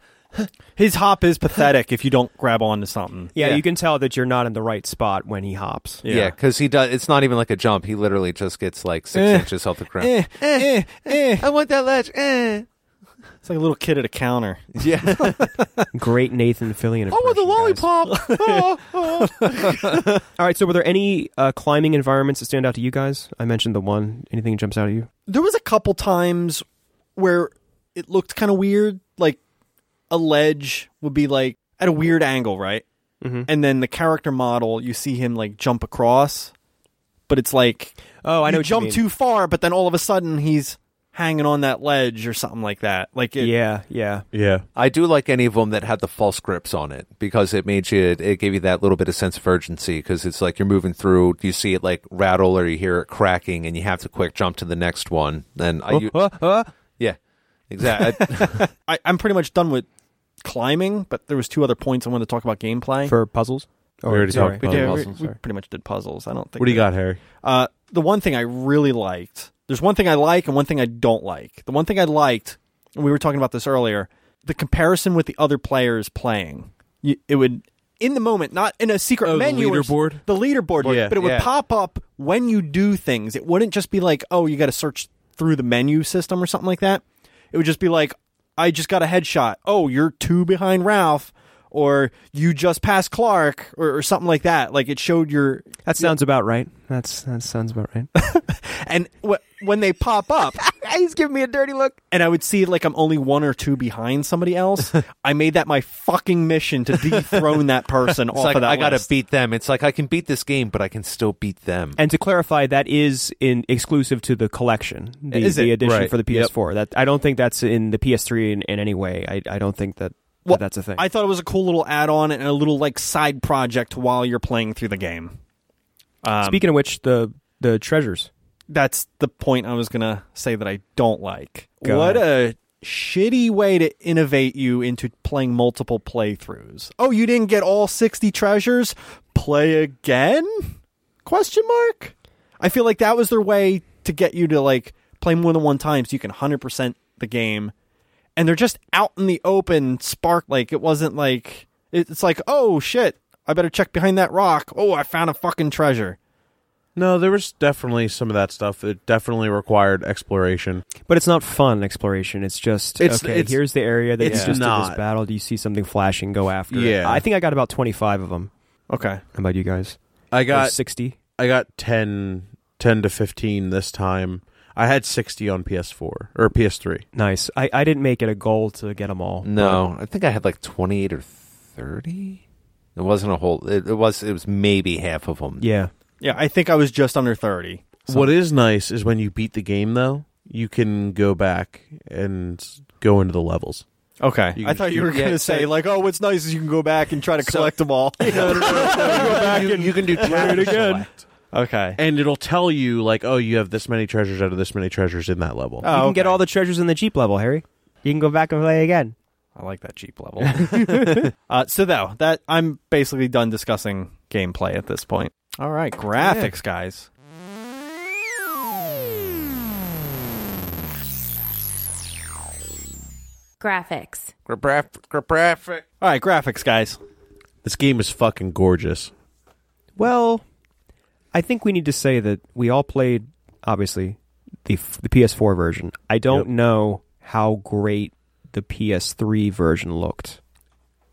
Speaker 2: His hop is pathetic if you don't grab onto something.
Speaker 5: Yeah,
Speaker 3: Yeah.
Speaker 5: you can tell that you're not in the right spot when he hops.
Speaker 3: Yeah, because he does. It's not even like a jump. He literally just gets like six
Speaker 2: Eh.
Speaker 3: inches off the ground.
Speaker 2: Eh, eh, eh.
Speaker 3: I want that ledge. Eh.
Speaker 2: It's like a little kid at a counter.
Speaker 3: Yeah.
Speaker 5: Great Nathan Fillion.
Speaker 3: I want the
Speaker 5: impression, guys.
Speaker 3: lollipop. Oh, oh.
Speaker 5: All right, so were there any uh, climbing environments that stand out to you guys? I mentioned the one. Anything jumps out at you?
Speaker 2: There was a couple times where it looked kind of weird. Like a ledge would be like at a weird angle, right?
Speaker 5: Mm-hmm.
Speaker 2: And then the character model, you see him like jump across, but it's like
Speaker 5: Oh, I know.
Speaker 2: you
Speaker 5: what
Speaker 2: jump
Speaker 5: you mean.
Speaker 2: too far, but then all of a sudden he's hanging on that ledge or something like that. Like it,
Speaker 5: Yeah, yeah.
Speaker 4: Yeah.
Speaker 3: I do like any of them that had the false grips on it because it made you, it gave you that little bit of sense of urgency because it's like you're moving through, you see it like rattle or you hear it cracking and you have to quick jump to the next one. And
Speaker 4: Uh,
Speaker 2: Oh.
Speaker 3: I, u- yeah, exactly.
Speaker 2: I, I'm pretty much done with climbing, but there was two other points I wanted to talk about gameplay.
Speaker 5: for puzzles.
Speaker 4: We already
Speaker 5: sorry.
Speaker 4: talked
Speaker 2: we,
Speaker 4: about
Speaker 2: did,
Speaker 3: puzzles,
Speaker 2: we- we
Speaker 5: Oh, sorry.
Speaker 2: pretty much did puzzles. I don't think.
Speaker 4: What do you
Speaker 2: that-
Speaker 4: got, Harry?
Speaker 2: Uh, the one thing I really liked. There's one thing I like and one thing I don't like. The one thing I liked, and we were talking about this earlier, the comparison with the other players playing. You, it would in the moment, not in a secret
Speaker 4: Oh, the
Speaker 2: menu, or s-
Speaker 4: leaderboard?
Speaker 2: the leaderboard,
Speaker 4: Yeah,
Speaker 2: but it would
Speaker 3: yeah.
Speaker 2: pop up when you do things. It wouldn't just be like, oh, you got to search through the menu system or something like that. It would just be like, I just got a headshot. Oh, you're two behind Ralph, or you just passed Clark, or, or something like that. Like it showed your
Speaker 5: That sounds about right. That's that sounds about right.
Speaker 2: and wh- when they pop up,
Speaker 5: "Ah, he's giving me a dirty look.
Speaker 2: and I would see like I'm only one or two behind somebody else. I made that my fucking mission to dethrone that person
Speaker 3: It's
Speaker 2: off
Speaker 3: like
Speaker 2: of that.
Speaker 3: I gotta
Speaker 2: list.
Speaker 3: beat them. It's like I can beat this game, but I can still beat them.
Speaker 5: And to clarify, that is in exclusive to the collection, the,
Speaker 2: Is it?
Speaker 5: the edition
Speaker 4: Right.
Speaker 5: for the
Speaker 4: Yep.
Speaker 5: PS4. That I don't think that's in the PS3 in, in any way. I, I don't think that, that
Speaker 2: Well,
Speaker 5: that's a thing.
Speaker 2: I thought it was a cool little add-on and a little like side project while you're playing through the game. Um,
Speaker 5: Speaking of which, the the treasures.
Speaker 2: that's the point I was gonna say that I don't like.
Speaker 5: Go
Speaker 2: what a shitty way to innovate you into playing multiple playthroughs. Oh, you didn't get all sixty treasures? Play again? Question mark. I feel like that was their way to get you to like play more than one time, so you can hundred percent the game. And they're just out in the open, spark like it wasn't like it- it's like oh shit, I better check behind that rock. Oh, I found a fucking treasure.
Speaker 4: No, there was definitely some of that stuff. It definitely required exploration.
Speaker 5: But it's not fun exploration. It's just
Speaker 4: It's-
Speaker 5: okay.
Speaker 4: it's-
Speaker 5: here's the area that you
Speaker 4: it's
Speaker 5: just did
Speaker 4: not.
Speaker 5: this battle. Do you see something flashing? Go after it.
Speaker 4: Yeah.
Speaker 5: I think I got about twenty five of them.
Speaker 2: Okay.
Speaker 5: How about you guys?
Speaker 4: I
Speaker 5: Or
Speaker 4: got
Speaker 5: sixty.
Speaker 4: I got 10, 10 to fifteen this time. I had sixty on PS4 or PS3.
Speaker 5: Nice. I, I didn't make it a goal to get them all.
Speaker 3: No, I think I had like twenty eight or thirty. It wasn't a whole. It, it was. It was maybe half of them.
Speaker 5: but- yeah.
Speaker 2: Yeah, I think I was just under 30.
Speaker 4: What is nice is when you beat the game, though, you can go back and go into the levels.
Speaker 2: Okay.
Speaker 4: You
Speaker 2: I
Speaker 4: can
Speaker 2: thought you
Speaker 4: shoot-
Speaker 2: were going to
Speaker 3: yeah,
Speaker 2: say,
Speaker 3: so-
Speaker 2: like, oh, what's nice is you can go back and try to collect them all.
Speaker 4: you, you can do it again,
Speaker 2: okay.
Speaker 4: and it'll tell you like, oh, you have this many treasures out of this many treasures in that level.
Speaker 2: Oh,
Speaker 5: you can get
Speaker 2: okay.
Speaker 5: all the treasures in the Jeep level, Harry. You can go back and play again.
Speaker 2: I like that cheap level. uh, so, though, that I'm basically done discussing gameplay at this point. All right. Graphics, guys.
Speaker 1: Graphics.
Speaker 3: Graphic.
Speaker 2: All right. Graphics, guys.
Speaker 4: This game is fucking gorgeous.
Speaker 5: Well, I think we need to say that we all played, obviously, the f- the PS4 version. I don't
Speaker 4: Yep.
Speaker 5: know how great the PS3 version looked.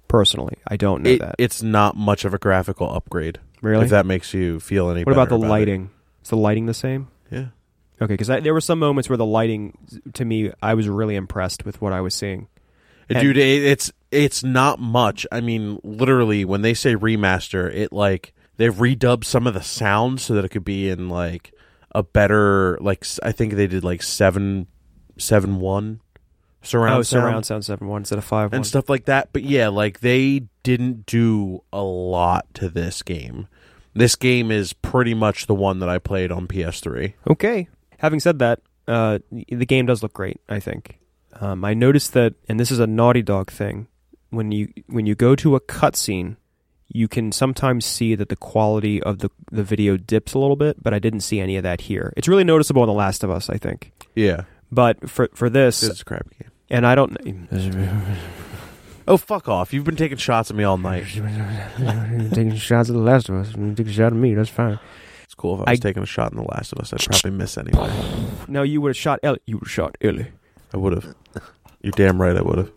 Speaker 5: Personally, I don't know
Speaker 4: It-
Speaker 5: that.
Speaker 4: it's not much of a graphical upgrade.
Speaker 5: Really?
Speaker 4: If that makes you feel any
Speaker 5: what
Speaker 4: better
Speaker 5: about the
Speaker 4: it.
Speaker 5: lighting? Is the lighting the same?
Speaker 4: Yeah.
Speaker 5: Okay, because there were some moments where the lighting, to me, I was really impressed with what I was seeing. And-
Speaker 4: dude it, it's it's not much i mean literally when they say remaster it like they've redubbed some of the sound so that it could be in like a better like s- i think they did like seven seven one surround
Speaker 5: oh,
Speaker 4: sound
Speaker 5: surround sound seven one instead of five one.
Speaker 4: and stuff like that but yeah like they didn't do a lot to this game this game is pretty much the one that i played on ps3
Speaker 5: Okay. Having said that, uh, the game does look great. I think. Um, I noticed that, and this is a Naughty Dog thing. When you when you go to a cutscene, you can sometimes see that the quality of the the video dips a little bit, but I didn't see any of that here. It's really noticeable in The Last of Us, I think.
Speaker 4: yeah
Speaker 5: But for for this,
Speaker 4: it's a crap game
Speaker 5: and I don't.
Speaker 4: oh fuck off you've been taking shots at me all night
Speaker 5: taking shots at The Last of Us, taking shots at me. That's fine.
Speaker 4: it's cool if i was
Speaker 5: I-
Speaker 4: taking a shot in the last of us i'd probably miss anyway
Speaker 5: No, you would have shot Ellie. You would have shot Ellie.
Speaker 4: I would have. You're damn right. I would have.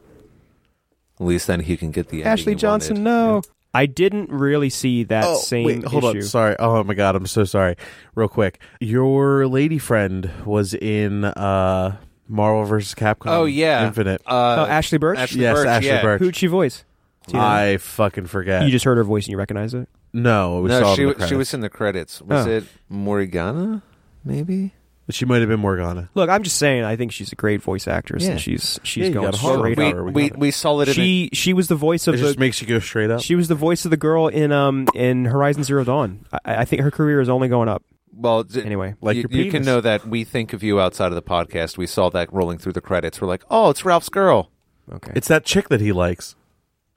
Speaker 3: At least then he can get the ending
Speaker 5: Ashley
Speaker 3: he
Speaker 5: Johnson,
Speaker 3: wanted.
Speaker 5: no. I didn't really see that
Speaker 4: oh,
Speaker 5: same
Speaker 4: wait, hold
Speaker 5: issue.
Speaker 4: on. Sorry. Oh my god. I'm so sorry. Real quick, your lady friend was in uh Marvel vs. Capcom.
Speaker 3: Oh yeah.
Speaker 4: Infinite.
Speaker 3: Uh,
Speaker 5: oh, Ashley Burch?
Speaker 3: Ashley
Speaker 4: yes,
Speaker 3: Burch,
Speaker 4: Ashley
Speaker 3: yeah.
Speaker 4: Burch.
Speaker 5: Who'd she voice? Do you know?
Speaker 4: I uh, fucking forget.
Speaker 5: you just heard her voice and you recognize it?
Speaker 4: no, we saw
Speaker 3: No,
Speaker 4: it
Speaker 3: she
Speaker 4: in
Speaker 3: w-
Speaker 4: the
Speaker 3: she
Speaker 4: credits.
Speaker 3: was in the credits. Was
Speaker 5: Oh.
Speaker 3: it Morgana? Maybe.
Speaker 4: She might have been Morgana.
Speaker 5: Look, I'm just saying. I think she's a great voice actress,
Speaker 3: Yeah.
Speaker 5: and she's she's
Speaker 4: Yeah, you
Speaker 5: going
Speaker 4: got a horror
Speaker 5: straight
Speaker 4: movie.
Speaker 5: up.
Speaker 3: we
Speaker 4: Radar, we
Speaker 3: we,
Speaker 4: got it.
Speaker 3: we saw it. In the-
Speaker 5: She she was the voice
Speaker 4: It
Speaker 5: of
Speaker 4: just
Speaker 5: the
Speaker 4: makes you go straight up.
Speaker 5: she was the voice of the girl in um in Horizon Zero Dawn. I, I think her career is only going up.
Speaker 3: well, d-
Speaker 5: Anyway,
Speaker 4: like
Speaker 3: you,
Speaker 4: your
Speaker 3: you can
Speaker 4: penis.
Speaker 3: know that we think of you outside of the podcast. We saw that rolling through the credits. We're like, oh, it's Ralph's girl.
Speaker 5: okay.
Speaker 4: It's that chick that he likes.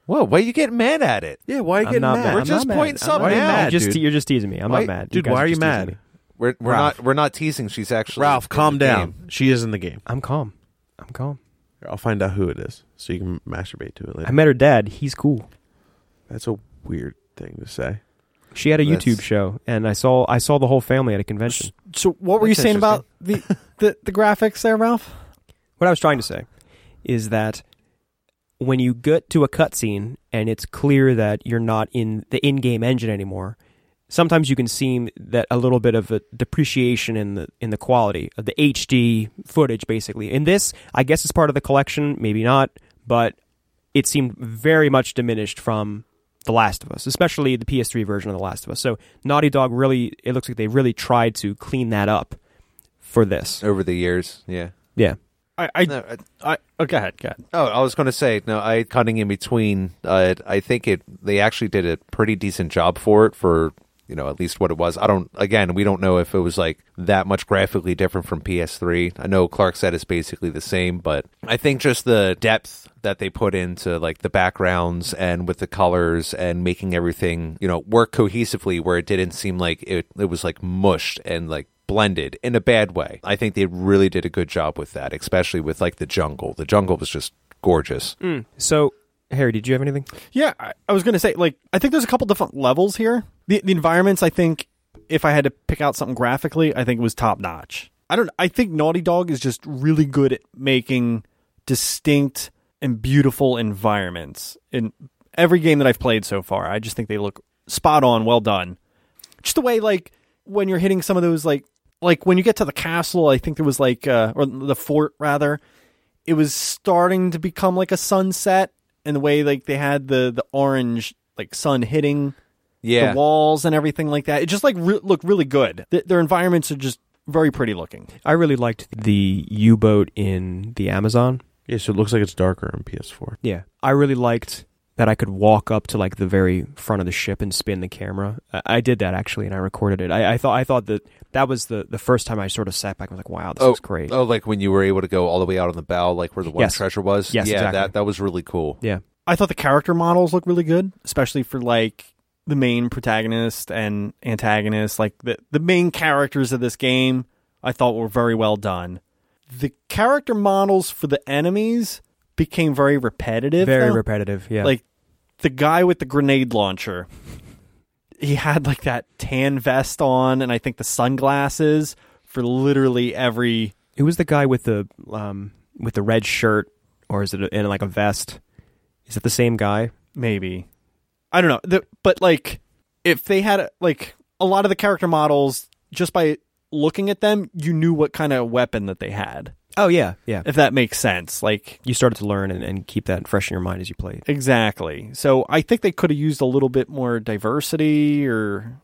Speaker 3: Whoa, why you getting mad at it?
Speaker 4: Yeah. Why are you
Speaker 5: I'm
Speaker 4: getting
Speaker 5: not
Speaker 4: mad?
Speaker 5: mad.
Speaker 3: We're
Speaker 5: I'm
Speaker 3: just
Speaker 5: not mad.
Speaker 3: pointing
Speaker 5: I'm
Speaker 3: something
Speaker 5: not mad.
Speaker 3: out,
Speaker 5: You're just
Speaker 4: dude.
Speaker 5: you're just teasing me. I'm
Speaker 3: Why-
Speaker 5: not mad,
Speaker 4: dude,
Speaker 5: guys
Speaker 4: why are you
Speaker 5: just teasing
Speaker 4: mad?
Speaker 5: me.
Speaker 3: We're we're
Speaker 4: Ralph.
Speaker 3: not we're not teasing. She's actually
Speaker 4: Ralph, calm
Speaker 3: in the
Speaker 4: down.
Speaker 3: game.
Speaker 4: She is in the game.
Speaker 5: I'm calm. I'm calm.
Speaker 4: I'll find out who it is, so you can masturbate to it later.
Speaker 5: I met her dad. He's cool.
Speaker 4: That's a weird thing to say.
Speaker 5: She had a
Speaker 3: That's-
Speaker 5: YouTube show, and I saw I saw the whole family at a convention.
Speaker 2: So, what were
Speaker 3: That's
Speaker 2: you saying about the, the, the graphics there, Ralph?
Speaker 5: What I was trying to say is that when you get to a cutscene and it's clear that you're not in the in-game engine anymore, sometimes you can see that a little bit of a depreciation in the in the quality of the HD footage basically. In this, I guess it's part of the collection, maybe not, but it seemed very much diminished from The Last of Us, especially the PS3 version of The Last of Us. So Naughty Dog really it looks like they really tried to clean that up for this.
Speaker 3: over the years. Yeah.
Speaker 5: Yeah.
Speaker 2: I, I,
Speaker 3: No, I-
Speaker 2: I, oh, go ahead, go ahead.
Speaker 3: Oh, I was going to say no. I cutting in between. Uh, I think it. They actually did a pretty decent job for it. For you know, at least what it was. I don't. Again, we don't know if it was like that much graphically different from PS3. I know Clark said it's basically the same, but I think just the depth that they put into like the backgrounds and with the colors and making everything you know work cohesively, where it didn't seem like it. It was like mushed and like blended in a bad way. I think they really did a good job with that, especially with like the jungle. The jungle was just gorgeous.
Speaker 5: Mm. So Harry, did you have anything?
Speaker 2: Yeah, I, I was going to say, like, I think there's a couple different levels here. The, the environments, I think, if I had to pick out something graphically, I think it was top notch. I don't. I think Naughty Dog is just really good at making distinct and beautiful environments in every game that I've played so far. I just think they look spot on, well done. Just the way, like, when you're hitting some of those, like, like when you get to the castle, I think there was like, uh, or the fort rather, it was starting to become like a sunset and the way like they had the the orange like sun hitting
Speaker 3: Yeah.
Speaker 2: the walls and everything like that it just like re- looked really good Th- their environments are just very pretty looking
Speaker 5: I really liked the U boat in the Amazon.
Speaker 4: Yeah, so it looks like it's darker on PS4.
Speaker 5: Yeah. I really liked that I could walk up to like the very front of the ship and spin the camera. I, I did that actually, and I recorded it. I, I thought I thought that that was the the first time I sort of sat back and was like, "Wow, this is great."
Speaker 3: Oh, like when you were able to go all the way out on the bow, like where the one
Speaker 5: Yes.
Speaker 3: treasure was.
Speaker 5: Yes,
Speaker 3: yeah,
Speaker 5: exactly.
Speaker 3: that that was really cool.
Speaker 5: Yeah,
Speaker 2: i thought the character models looked really good especially for like the main protagonist and antagonist like the the main characters of this game i thought were very well done the character models for the enemies became very repetitive
Speaker 5: very
Speaker 2: though.
Speaker 5: repetitive. Yeah,
Speaker 2: Like the guy with the grenade launcher, he had like that tan vest on, and I think the sunglasses for literally every.
Speaker 5: who was the guy with the um with the red shirt, or is it in like a vest? Is it the same guy?
Speaker 2: maybe i don't know the, but like if they had like a lot of the character models just by looking at them you knew what kind of weapon that they had
Speaker 5: Oh yeah, yeah.
Speaker 2: if that makes sense like
Speaker 5: You started to learn and, and keep that fresh in your mind as you played.
Speaker 2: exactly so i think they could have used a little bit more diversity or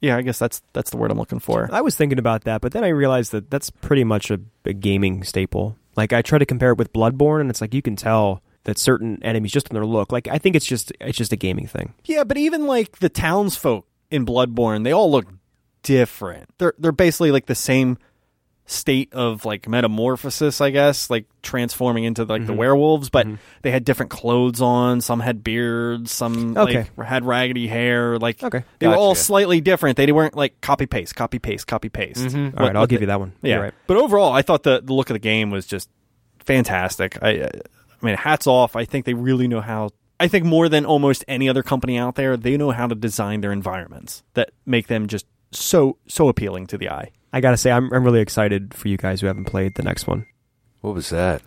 Speaker 2: yeah i guess that's that's the word i'm looking for
Speaker 5: I was thinking about that, but then I realized that that's pretty much a, a gaming staple. Like I try to compare it with Bloodborne, and it's like you can tell that certain enemies just on their look. Like I think it's just it's just a gaming thing.
Speaker 2: Yeah, but even like the townsfolk in Bloodborne, they all look different. They're they're basically like the same state of like metamorphosis, I guess, like transforming into like
Speaker 5: Mm-hmm.
Speaker 2: the werewolves, but they had different clothes on. Some had beards, some
Speaker 5: Okay.
Speaker 2: like had raggedy hair. Like
Speaker 5: Okay.
Speaker 2: they were all
Speaker 3: Gotcha.
Speaker 2: slightly different. They weren't like copy paste, copy paste, copy paste.
Speaker 5: Mm-hmm. All right, I'll give you that one.
Speaker 2: Yeah,
Speaker 5: You're right.
Speaker 2: but overall, I thought the, the look of the game was just fantastic. I, I mean, hats off. I think they really know how. I think more than almost any other company out there, they know how to design their environments that make them just so so appealing to the eye.
Speaker 5: I gotta say, I'm I'm really excited for you guys who haven't played the next one.
Speaker 3: What was that?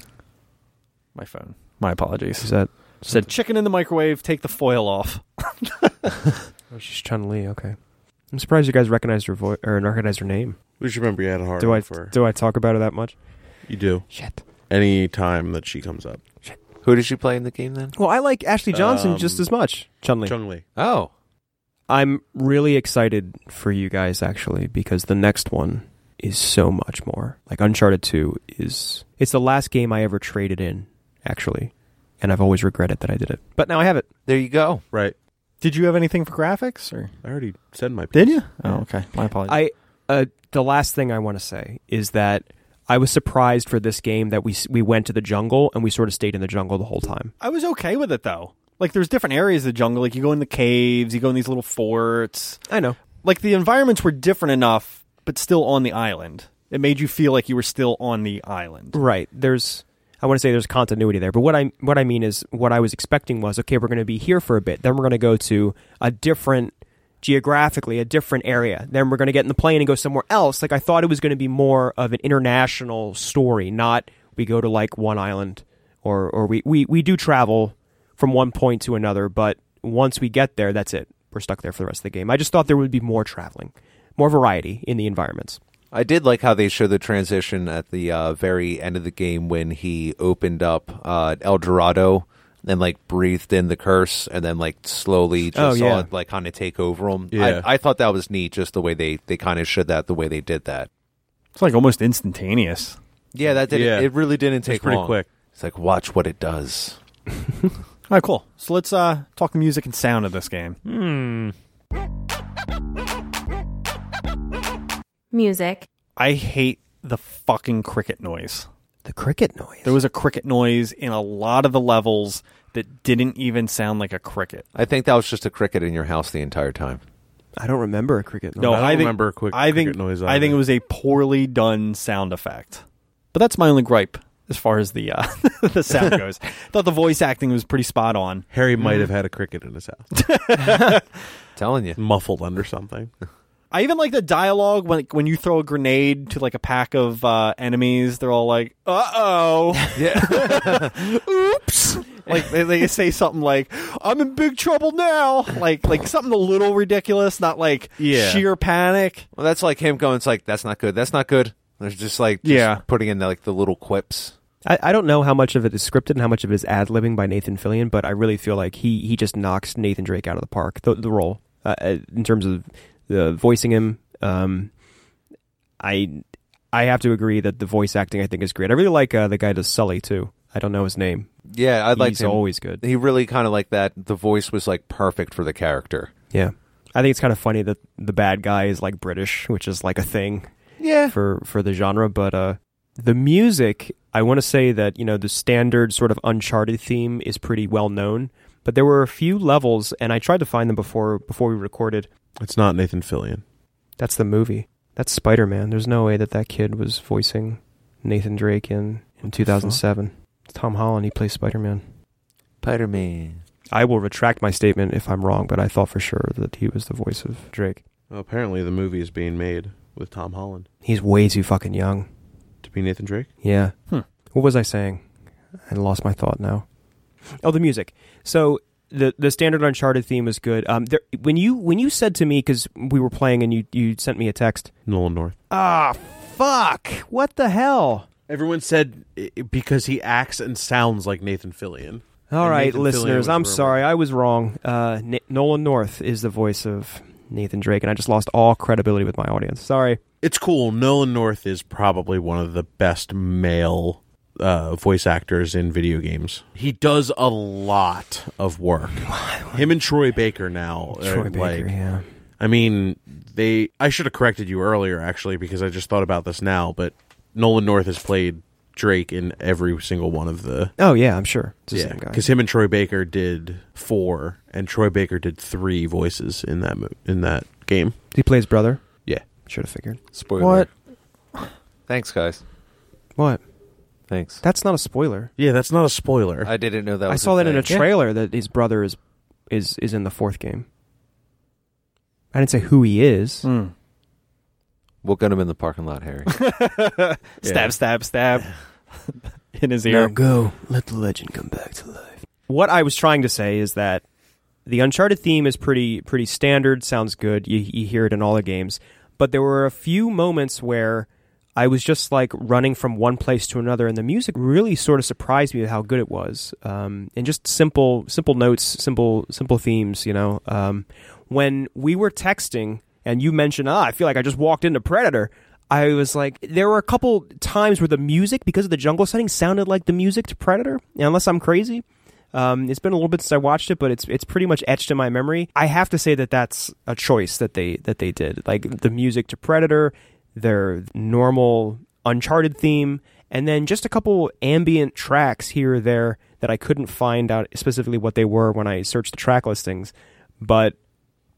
Speaker 2: My phone. My apologies.
Speaker 5: Is that
Speaker 2: Said chicken in the microwave. Take the foil off.
Speaker 5: oh, she's Chun Li? Okay. I'm surprised you guys recognized her voice or recognized her name.
Speaker 4: We should remember you had a hard
Speaker 5: do I
Speaker 4: on for her.
Speaker 5: do I talk about her that much?
Speaker 4: You do.
Speaker 5: Shit.
Speaker 4: Any time that she comes up.
Speaker 3: Who did you play in the game then?
Speaker 5: Well, I like Ashley Johnson
Speaker 4: Um,
Speaker 5: just as much. Chun Li.
Speaker 4: Chung Lee.
Speaker 3: Oh,
Speaker 5: I'm really excited for you guys actually because the next one is so much more. Like Uncharted 2 is it's the last game I ever traded in actually, and I've always regretted that I did it. But now I have it.
Speaker 3: there you go.
Speaker 4: Right.
Speaker 2: Did you have anything for graphics or
Speaker 4: I already said my piece.
Speaker 2: did you? Oh, okay. My apologies.
Speaker 5: I uh, the last thing I want to say is that I was surprised for this game that we s- we went to the jungle and we sort of stayed in the jungle the whole time.
Speaker 2: I was okay with it though. Like there's different areas of the jungle. Like you go in the caves, you go in these little forts.
Speaker 5: I know.
Speaker 2: like the environments were different enough, but still on the island. It made you feel like you were still on the island.
Speaker 5: Right. There's I want to say there's continuity there, but what I what I mean is what I was expecting was okay, we're going to be here for a bit, then we're going to go to a different geographically a different area, then we're going to get in the plane and go somewhere else. Like I thought it was going to be more of an international story, not we go to like one island or or we we we do travel from one point to another, but once we get there, that's it. we're stuck there for the rest of the game. I just thought there would be more traveling, more variety in the environments.
Speaker 3: I did like how they showed the transition at the uh, very end of the game when he opened up uh, El Dorado and like breathed in the curse and then like slowly
Speaker 5: Oh,
Speaker 3: just saw
Speaker 5: yeah.
Speaker 3: it like kind of take over him.
Speaker 4: Yeah.
Speaker 3: I, I thought that was neat, just the way they they kind of showed that, the way they did that.
Speaker 2: It's like almost instantaneous.
Speaker 3: Yeah, that did
Speaker 4: Yeah.
Speaker 3: It, really didn't take
Speaker 4: It's pretty
Speaker 3: long.
Speaker 4: quick.
Speaker 3: It's like watch what it does.
Speaker 2: All right, cool. So let's uh, talk the music and sound of this game.
Speaker 1: Music.
Speaker 2: I hate the fucking cricket noise.
Speaker 5: The cricket noise.
Speaker 2: There was a cricket noise in a lot of the levels that didn't even sound like a cricket.
Speaker 3: I think that was just a cricket in your house the entire time.
Speaker 5: I don't remember a cricket noise.
Speaker 4: No, I don't remember a quick
Speaker 2: I think,
Speaker 4: cricket noise
Speaker 2: I think
Speaker 4: either.
Speaker 2: it was a poorly done sound effect. But that's my only gripe as far as the uh, the sound goes. I thought the voice acting was pretty spot on.
Speaker 4: Harry might have had a cricket in his house,
Speaker 3: telling you.
Speaker 4: muffled under something.
Speaker 2: I even like the dialogue when when you throw a grenade to like a pack of uh, enemies. They're all like, "Uh oh."
Speaker 3: Yeah.
Speaker 2: oops like they, they say something like i'm in big trouble now like like something a little ridiculous not like
Speaker 4: Yeah.
Speaker 2: sheer panic
Speaker 3: well, that's like him going. It's like that's not good. That's not good. There's just like just
Speaker 2: Yeah.
Speaker 3: putting in like the little quips.
Speaker 5: I, I don't know how much of it is scripted and how much of it is ad libbing by Nathan Fillion, but I really feel like he he just knocks Nathan Drake out of the park. The, the role uh, uh, in terms of uh, voicing him, um, I I have to agree that the voice acting I think is great. I really like uh, the guy who does Sully too. I don't know his name.
Speaker 3: Yeah, I like
Speaker 5: He's
Speaker 3: him.
Speaker 5: always good.
Speaker 3: He really kind of like that. The voice was like perfect for the character.
Speaker 5: Yeah, I think it's kind of funny that the bad guy is like British, which is like a thing.
Speaker 3: Yeah.
Speaker 5: for for the genre but uh the music i want to say that you know the standard sort of uncharted theme is pretty well known but there were a few levels and i tried to find them before before we recorded
Speaker 4: It's not Nathan Fillion.
Speaker 5: that's the movie that's spider-man there's no way that that kid was voicing nathan drake in in 2007 It's tom holland he plays spider-man
Speaker 3: Spider Man.
Speaker 5: i will retract my statement if i'm wrong but i thought for sure that he was the voice of drake
Speaker 4: Well, apparently, the movie is being made with Tom Holland
Speaker 5: he's way too fucking young
Speaker 4: to be Nathan Drake.
Speaker 5: Yeah.
Speaker 2: Hmm.
Speaker 5: What was I saying? I lost my thought now. Oh, the music. So the the standard Uncharted theme is good. Um, there, when you when you said to me because we were playing and you you sent me a text.
Speaker 4: Nolan North.
Speaker 5: Ah, fuck! What the hell?
Speaker 4: Everyone said i- because he acts and sounds like Nathan Fillion.
Speaker 5: All
Speaker 4: And
Speaker 5: right,
Speaker 4: Nathan Fillion
Speaker 5: listeners,
Speaker 4: was
Speaker 5: I'm
Speaker 4: rumored.
Speaker 5: sorry, I was wrong. Uh, N- Nolan North is the voice of Nathan Drake, and I just lost all credibility with my audience. Sorry.
Speaker 4: It's cool. Nolan North is probably one of the best male uh, voice actors in video games. He does a lot of work. Him and Troy Baker now. are,
Speaker 5: Troy Baker,
Speaker 4: like,
Speaker 5: yeah.
Speaker 4: I mean, they. I should have corrected you earlier, actually, because I just thought about this now. But Nolan North has played Drake in every single one of the.
Speaker 5: Oh yeah, I'm sure. It's the
Speaker 4: Yeah,
Speaker 5: same guy.
Speaker 4: because him and Troy Baker did four, and Troy Baker did three voices in that mo- in that game.
Speaker 5: Did he play his brother?
Speaker 4: Yeah.
Speaker 5: Should have figured.
Speaker 3: Spoiler.
Speaker 2: What?
Speaker 3: Thanks, guys.
Speaker 5: What?
Speaker 3: Thanks.
Speaker 5: That's not a spoiler.
Speaker 4: Yeah, that's not a spoiler.
Speaker 3: I didn't know that.
Speaker 5: I
Speaker 3: was
Speaker 5: saw that in a
Speaker 3: thing.
Speaker 5: trailer that his brother is is is in the fourth game. I didn't say who he is.
Speaker 2: Mm.
Speaker 3: We'll get him in the parking lot, Harry.
Speaker 2: stab stab stab in his
Speaker 5: Now
Speaker 2: ear
Speaker 5: go, let the legend come back to life. What I was trying to say is that the Uncharted theme is pretty pretty standard. Sounds good. You, you hear it in all the games, but there were a few moments where I was just like running from one place to another, and the music really sort of surprised me with how good it was. Um, and just simple simple notes, simple simple themes. You know, um, when we were texting and you mentioned, ah, I feel like I just walked into Predator. I was like, there were a couple times where the music, because of the jungle setting, sounded like the music to Predator. Unless I'm crazy, um, it's been a little bit since I watched it, but it's it's pretty much etched in my memory. I have to say that that's a choice that they that they did, like the music to Predator, their normal Uncharted theme, and then just a couple ambient tracks here or there that I couldn't find out specifically what they were when I searched the track listings. But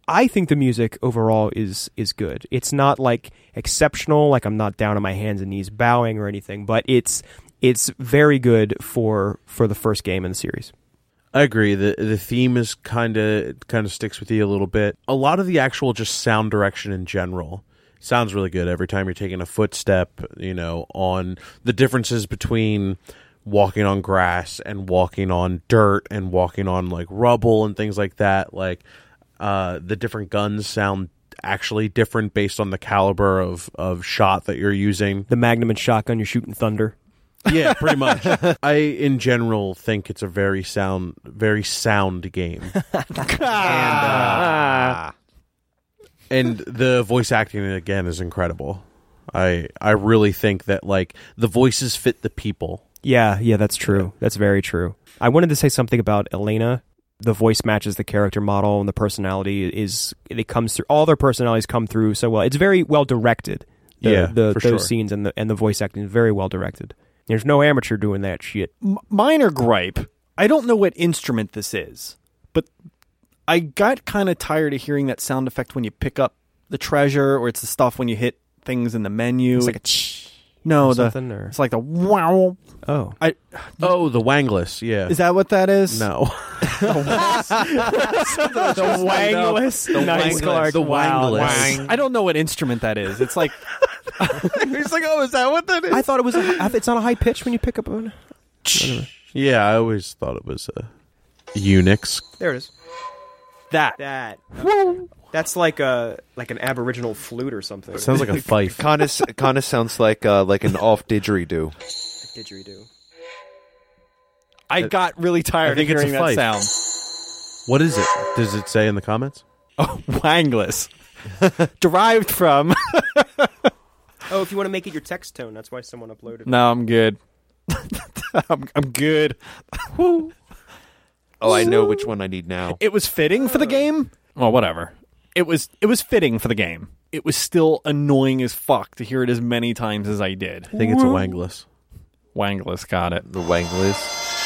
Speaker 5: I think the music overall is is good. It's not like exceptional, like I'm not down on my hands and knees bowing or anything, but it's it's very good for for the first game in the series.
Speaker 4: I agree. the The theme is kind of kind of sticks with you a little bit. A lot of the actual just sound direction in general sounds really good. Every time you're taking a footstep, you know, on the differences between walking on grass and walking on dirt and walking on like rubble and things like that. Like Uh, the different guns sound actually different based on the caliber of, of shot that you're using.
Speaker 5: The Magnum and shotgun, you're shooting thunder.
Speaker 4: Yeah, pretty much. I in general think it's a very sound, very sound game.
Speaker 5: Ah.
Speaker 4: and the voice acting again is incredible. I I really think that like the voices fit the people.
Speaker 5: Yeah, yeah, that's true. That's very true. I wanted to say something about Elena. The voice matches the character model, and the personality is it comes through. All their personalities come through so well. It's very well directed. The,
Speaker 4: Yeah,
Speaker 5: the,
Speaker 4: for
Speaker 5: those
Speaker 4: sure.
Speaker 5: scenes and the and the voice acting is very well directed. There's no amateur doing that shit.
Speaker 2: M- minor gripe. I don't know what instrument this is, but I got kind of tired of hearing that sound effect when you pick up the treasure, or it's the stuff when you hit things in the menu.
Speaker 5: It's like a ch-
Speaker 2: no,
Speaker 5: or
Speaker 2: the
Speaker 5: something or
Speaker 2: it's like the wow.
Speaker 5: oh,
Speaker 2: I
Speaker 4: Oh, the Wangless, yeah.
Speaker 2: is that what that is?
Speaker 4: no.
Speaker 5: the wangless, nice
Speaker 3: wangless.
Speaker 5: Clark,
Speaker 4: The
Speaker 5: Wow.
Speaker 4: wangless.
Speaker 2: I don't know what instrument that is. It's like
Speaker 4: He's like, oh, is that what that is?
Speaker 5: I thought it was. A, it's on a high pitch when you pick up a.
Speaker 4: yeah, I always thought it was a Unix.
Speaker 5: There it is.
Speaker 2: that.
Speaker 5: That. That's like a like an Aboriginal flute or something.
Speaker 4: Sounds like a fife.
Speaker 3: Connus Connus sounds like uh, like an off didgeridoo.
Speaker 5: didgeridoo.
Speaker 2: I got really tired of
Speaker 4: think it's a
Speaker 2: hearing that
Speaker 4: fife.
Speaker 2: sound.
Speaker 4: What is it? Does it say in the comments?
Speaker 2: Oh, wangless. Derived from.
Speaker 5: Oh, if you want to make it your text tone, that's why someone uploaded.
Speaker 2: no, I'm good. I'm, I'm good.
Speaker 3: Oh, I know which one I need now.
Speaker 2: It was fitting for the game. Well, whatever. It was it was fitting for the game. It was still annoying as fuck to hear it as many times as I did.
Speaker 4: I think it's a Wangless.
Speaker 2: Wangless got it.
Speaker 3: The Wangless.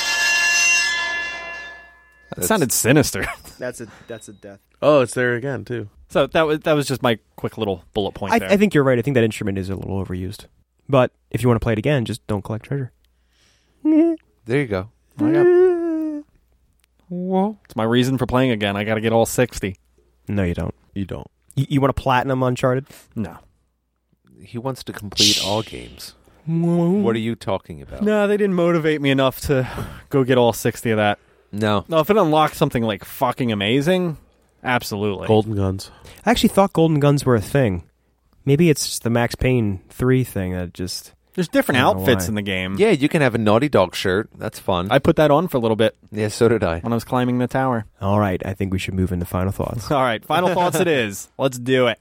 Speaker 2: That sounded sinister.
Speaker 5: That's a that's a death.
Speaker 4: Oh, it's there again too.
Speaker 2: so that was that was just my quick little bullet point
Speaker 5: I,
Speaker 2: there.
Speaker 5: I think you're right. I think that instrument is a little overused. But if you want to play it again, just don't collect treasure.
Speaker 3: There you go.
Speaker 5: Oh,
Speaker 2: Whoa. It's my reason for playing again. I got to get all 60.
Speaker 5: No, you don't.
Speaker 4: You don't.
Speaker 5: You, you want a platinum Uncharted?
Speaker 2: No.
Speaker 3: He wants to complete all games.
Speaker 5: What
Speaker 3: What are you talking about?
Speaker 2: No, they didn't motivate me enough to go get all 60 of that.
Speaker 3: No.
Speaker 2: No, if it unlocked something like fucking amazing, absolutely.
Speaker 4: Golden guns.
Speaker 5: I actually thought golden guns were a thing. Maybe it's just the Max Payne three thing that just
Speaker 2: There's different
Speaker 5: I don't know
Speaker 2: outfits
Speaker 5: why.
Speaker 2: in the game.
Speaker 3: Yeah, you can have a Naughty Dog shirt. That's fun.
Speaker 2: I put that on for a little bit
Speaker 3: yeah, so did I.
Speaker 2: when I was climbing the tower.
Speaker 5: all right. I think we should move into final thoughts.
Speaker 2: All right, final thoughts it is. Let's do it.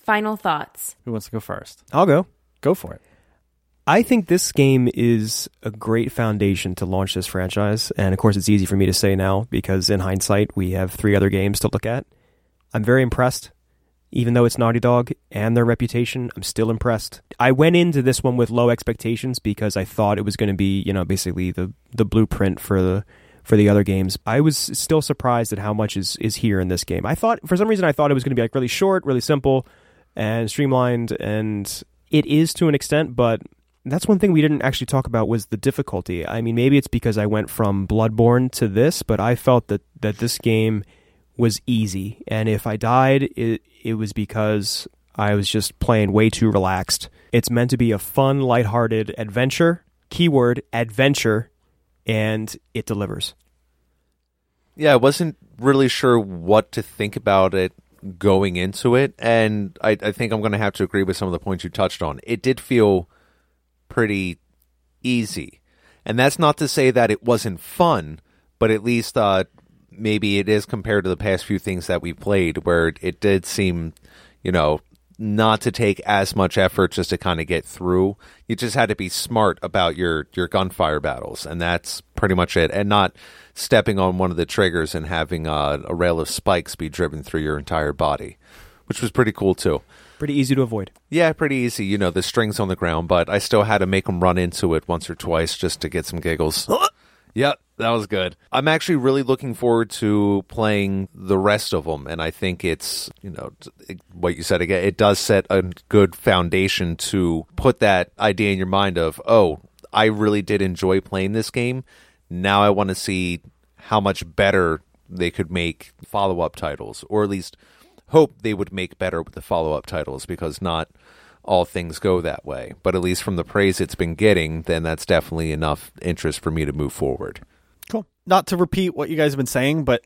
Speaker 1: Final thoughts.
Speaker 2: Who wants to go first?
Speaker 5: I'll go.
Speaker 2: Go for it.
Speaker 5: I think this game is a great foundation to launch this franchise. And of course, it's easy for me to say now because in hindsight, we have three other games to look at. I'm very impressed. Even though it's Naughty Dog and their reputation, I'm still impressed. I went into this one with low expectations because I thought it was going to be, you know, basically the, the blueprint for the for the other games. I was still surprised at how much is, is here in this game. I thought for some reason I thought it was going to be like really short, really simple, and streamlined, and it is to an extent, but that's one thing we didn't actually talk about was the difficulty. I mean, maybe it's because I went from Bloodborne to this, but I felt that that this game was easy, and if I died, it it was because I was just playing way too relaxed. It's meant to be a fun, lighthearted adventure. Keyword adventure, and it delivers.
Speaker 3: Yeah, I wasn't really sure what to think about it going into it, and I, I think I'm going to have to agree with some of the points you touched on. It did feel pretty easy, and that's not to say that it wasn't fun, but at least uh, maybe it is compared to the past few things that we played, where it, it did seem, you know, not to take as much effort just to kind of get through. You just had to be smart about your your gunfire battles, and that's pretty much it. And not stepping on one of the triggers and having uh, a rail of spikes be driven through your entire body, which was pretty cool too.
Speaker 5: Pretty easy to avoid.
Speaker 3: Yeah, pretty easy. You know, the strings on the ground, but I still had to make them run into it once or twice just to get some giggles. yep, that was good. I'm actually really looking forward to playing the rest of them, and I think it's you know t- it- what you said again. It does set a good foundation to put that idea in your mind of oh, I really did enjoy playing this game. Now I want to see how much better they could make follow up titles, or at least hope they would make better with the follow up titles because not all things go that way. But at least from the praise it's been getting, then that's definitely enough interest for me to move forward.
Speaker 2: not to repeat what you guys have been saying, but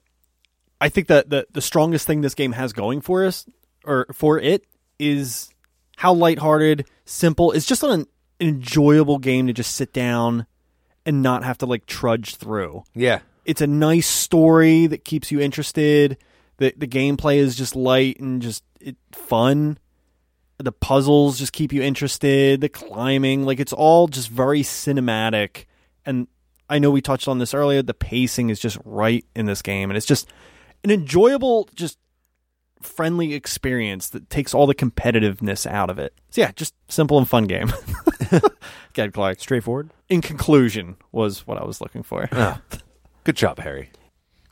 Speaker 2: I think that the the strongest thing this game has going for us or for it is how lighthearted, simple. It's just an enjoyable game to just sit down and not have to like trudge through
Speaker 3: Yeah.
Speaker 2: it's a nice story that keeps you interested. The the gameplay is just light and just it, fun. The puzzles just keep you interested. The climbing, like it's all just very cinematic. And I know we touched on this earlier. The pacing is just right in this game, and it's just an enjoyable, just friendly experience that takes all the competitiveness out of it. So yeah, just simple and fun game. Gad Clark.
Speaker 5: Straightforward.
Speaker 2: In conclusion, was what I was looking for.
Speaker 3: Good job, Harry.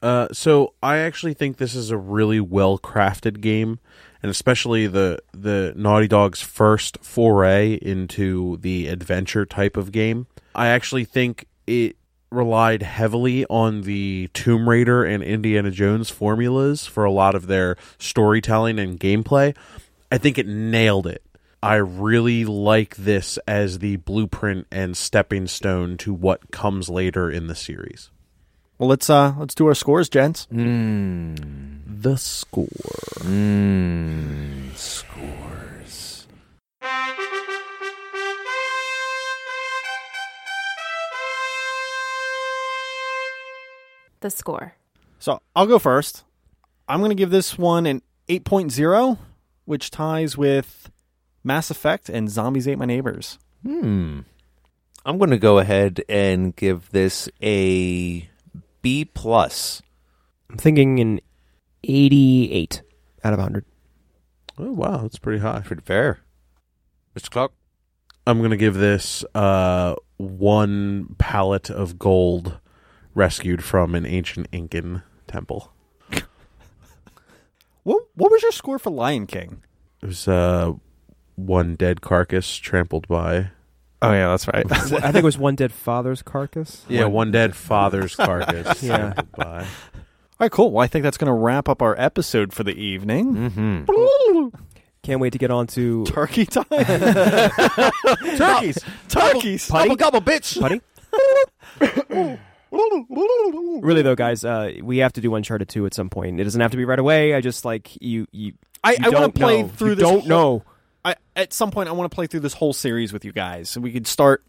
Speaker 4: Uh, so I actually think this is a really well crafted game, and especially the the Naughty Dog's first foray into the adventure type of game. I actually think it relied heavily on the Tomb Raider and Indiana Jones formulas for a lot of their storytelling and gameplay. I think it nailed it. I really like this as the blueprint and stepping stone to what comes later in the series.
Speaker 2: Well, let's uh let's do our scores, gents.
Speaker 5: Mm-hmm.
Speaker 4: The score.
Speaker 3: Mm, scores.
Speaker 1: The score.
Speaker 2: So I'll go first. I'm going to give this one an 8.0, which ties with Mass Effect and Zombies Ate My Neighbors.
Speaker 3: Hmm. I'm going to go ahead and give this a B plus.
Speaker 5: I'm thinking an 88 out of 100.
Speaker 4: Oh wow, that's pretty high.
Speaker 3: Pretty fair. Mr. Clark.
Speaker 4: I'm gonna give this uh, one pallet of gold rescued from an ancient Incan temple.
Speaker 2: What what was your score for Lion King?
Speaker 4: It was uh, one dead carcass trampled by
Speaker 2: Oh yeah, that's right.
Speaker 5: I think it was one dead father's carcass.
Speaker 4: yeah one dead father's carcass
Speaker 5: Yeah.
Speaker 4: trampled by.
Speaker 2: All right, cool. Well, I think that's going to wrap up our episode for the evening.
Speaker 3: Mm-hmm.
Speaker 5: Can't wait to get on to
Speaker 2: Turkey time.
Speaker 3: Turkeys.
Speaker 2: Turkeys.
Speaker 3: Gobble, gobble, bitch.
Speaker 5: Putty. Really though, guys, uh, we have to do Uncharted 2 at some point. It doesn't have to be right away. I just like you. You,
Speaker 2: I,
Speaker 5: you
Speaker 2: I want
Speaker 5: don't
Speaker 2: to play
Speaker 5: know.
Speaker 2: through
Speaker 5: You
Speaker 2: this.
Speaker 5: Don't
Speaker 2: whole-
Speaker 5: know.
Speaker 2: I, at some point, I want to play through this whole series with you guys, so we could start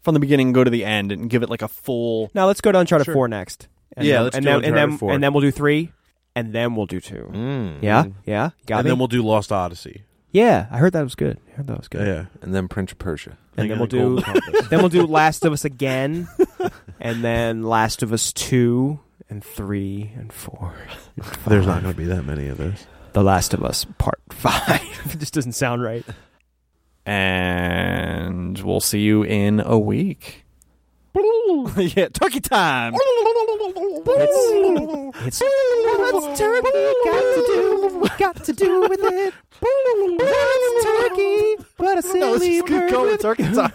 Speaker 2: from the beginning, and go to the end, and give it like a full
Speaker 5: Now let's go to Uncharted 4 next. And
Speaker 4: Yeah,
Speaker 5: then,
Speaker 4: let's
Speaker 5: and
Speaker 4: do
Speaker 5: then,
Speaker 4: Uncharted
Speaker 5: and then,
Speaker 4: 4.
Speaker 5: And then we'll do three, and then we'll do two.
Speaker 3: Mm.
Speaker 5: Yeah, yeah, got
Speaker 4: and
Speaker 5: me.
Speaker 4: then we'll do Lost Odyssey.
Speaker 5: yeah, I heard that was good. I heard that was good.
Speaker 4: Yeah,
Speaker 3: And then Prince of Persia.
Speaker 5: And then we'll
Speaker 4: the golden
Speaker 5: do
Speaker 4: compass.
Speaker 5: then we'll do Last of Us again, and then Last of Us two and three and four.
Speaker 4: There's not gonna be that many of those.
Speaker 5: The Last of Us Part Five. it just doesn't sound right.
Speaker 2: and we'll see you in a week. yeah, turkey time.
Speaker 5: It's, what's turkey got to do? Got to do with it? What's turkey? But a silly bird. with-
Speaker 2: turkey time.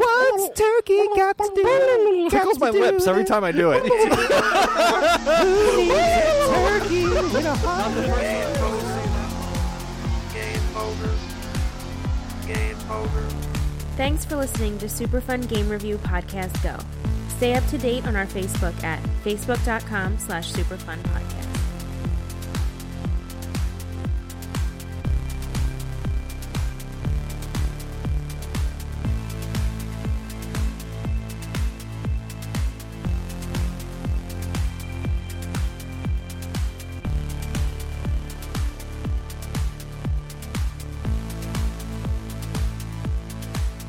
Speaker 5: What's turkey got to do? Got
Speaker 2: Tickles
Speaker 5: to
Speaker 2: my
Speaker 5: do
Speaker 2: lips every
Speaker 5: with-
Speaker 2: time I do it.
Speaker 5: Turkey in a
Speaker 6: Game over. Game over.
Speaker 1: Thanks for listening to Superfund Game Review Podcast Go. Stay up to date on our Facebook at facebook.com slash superfundpodcast.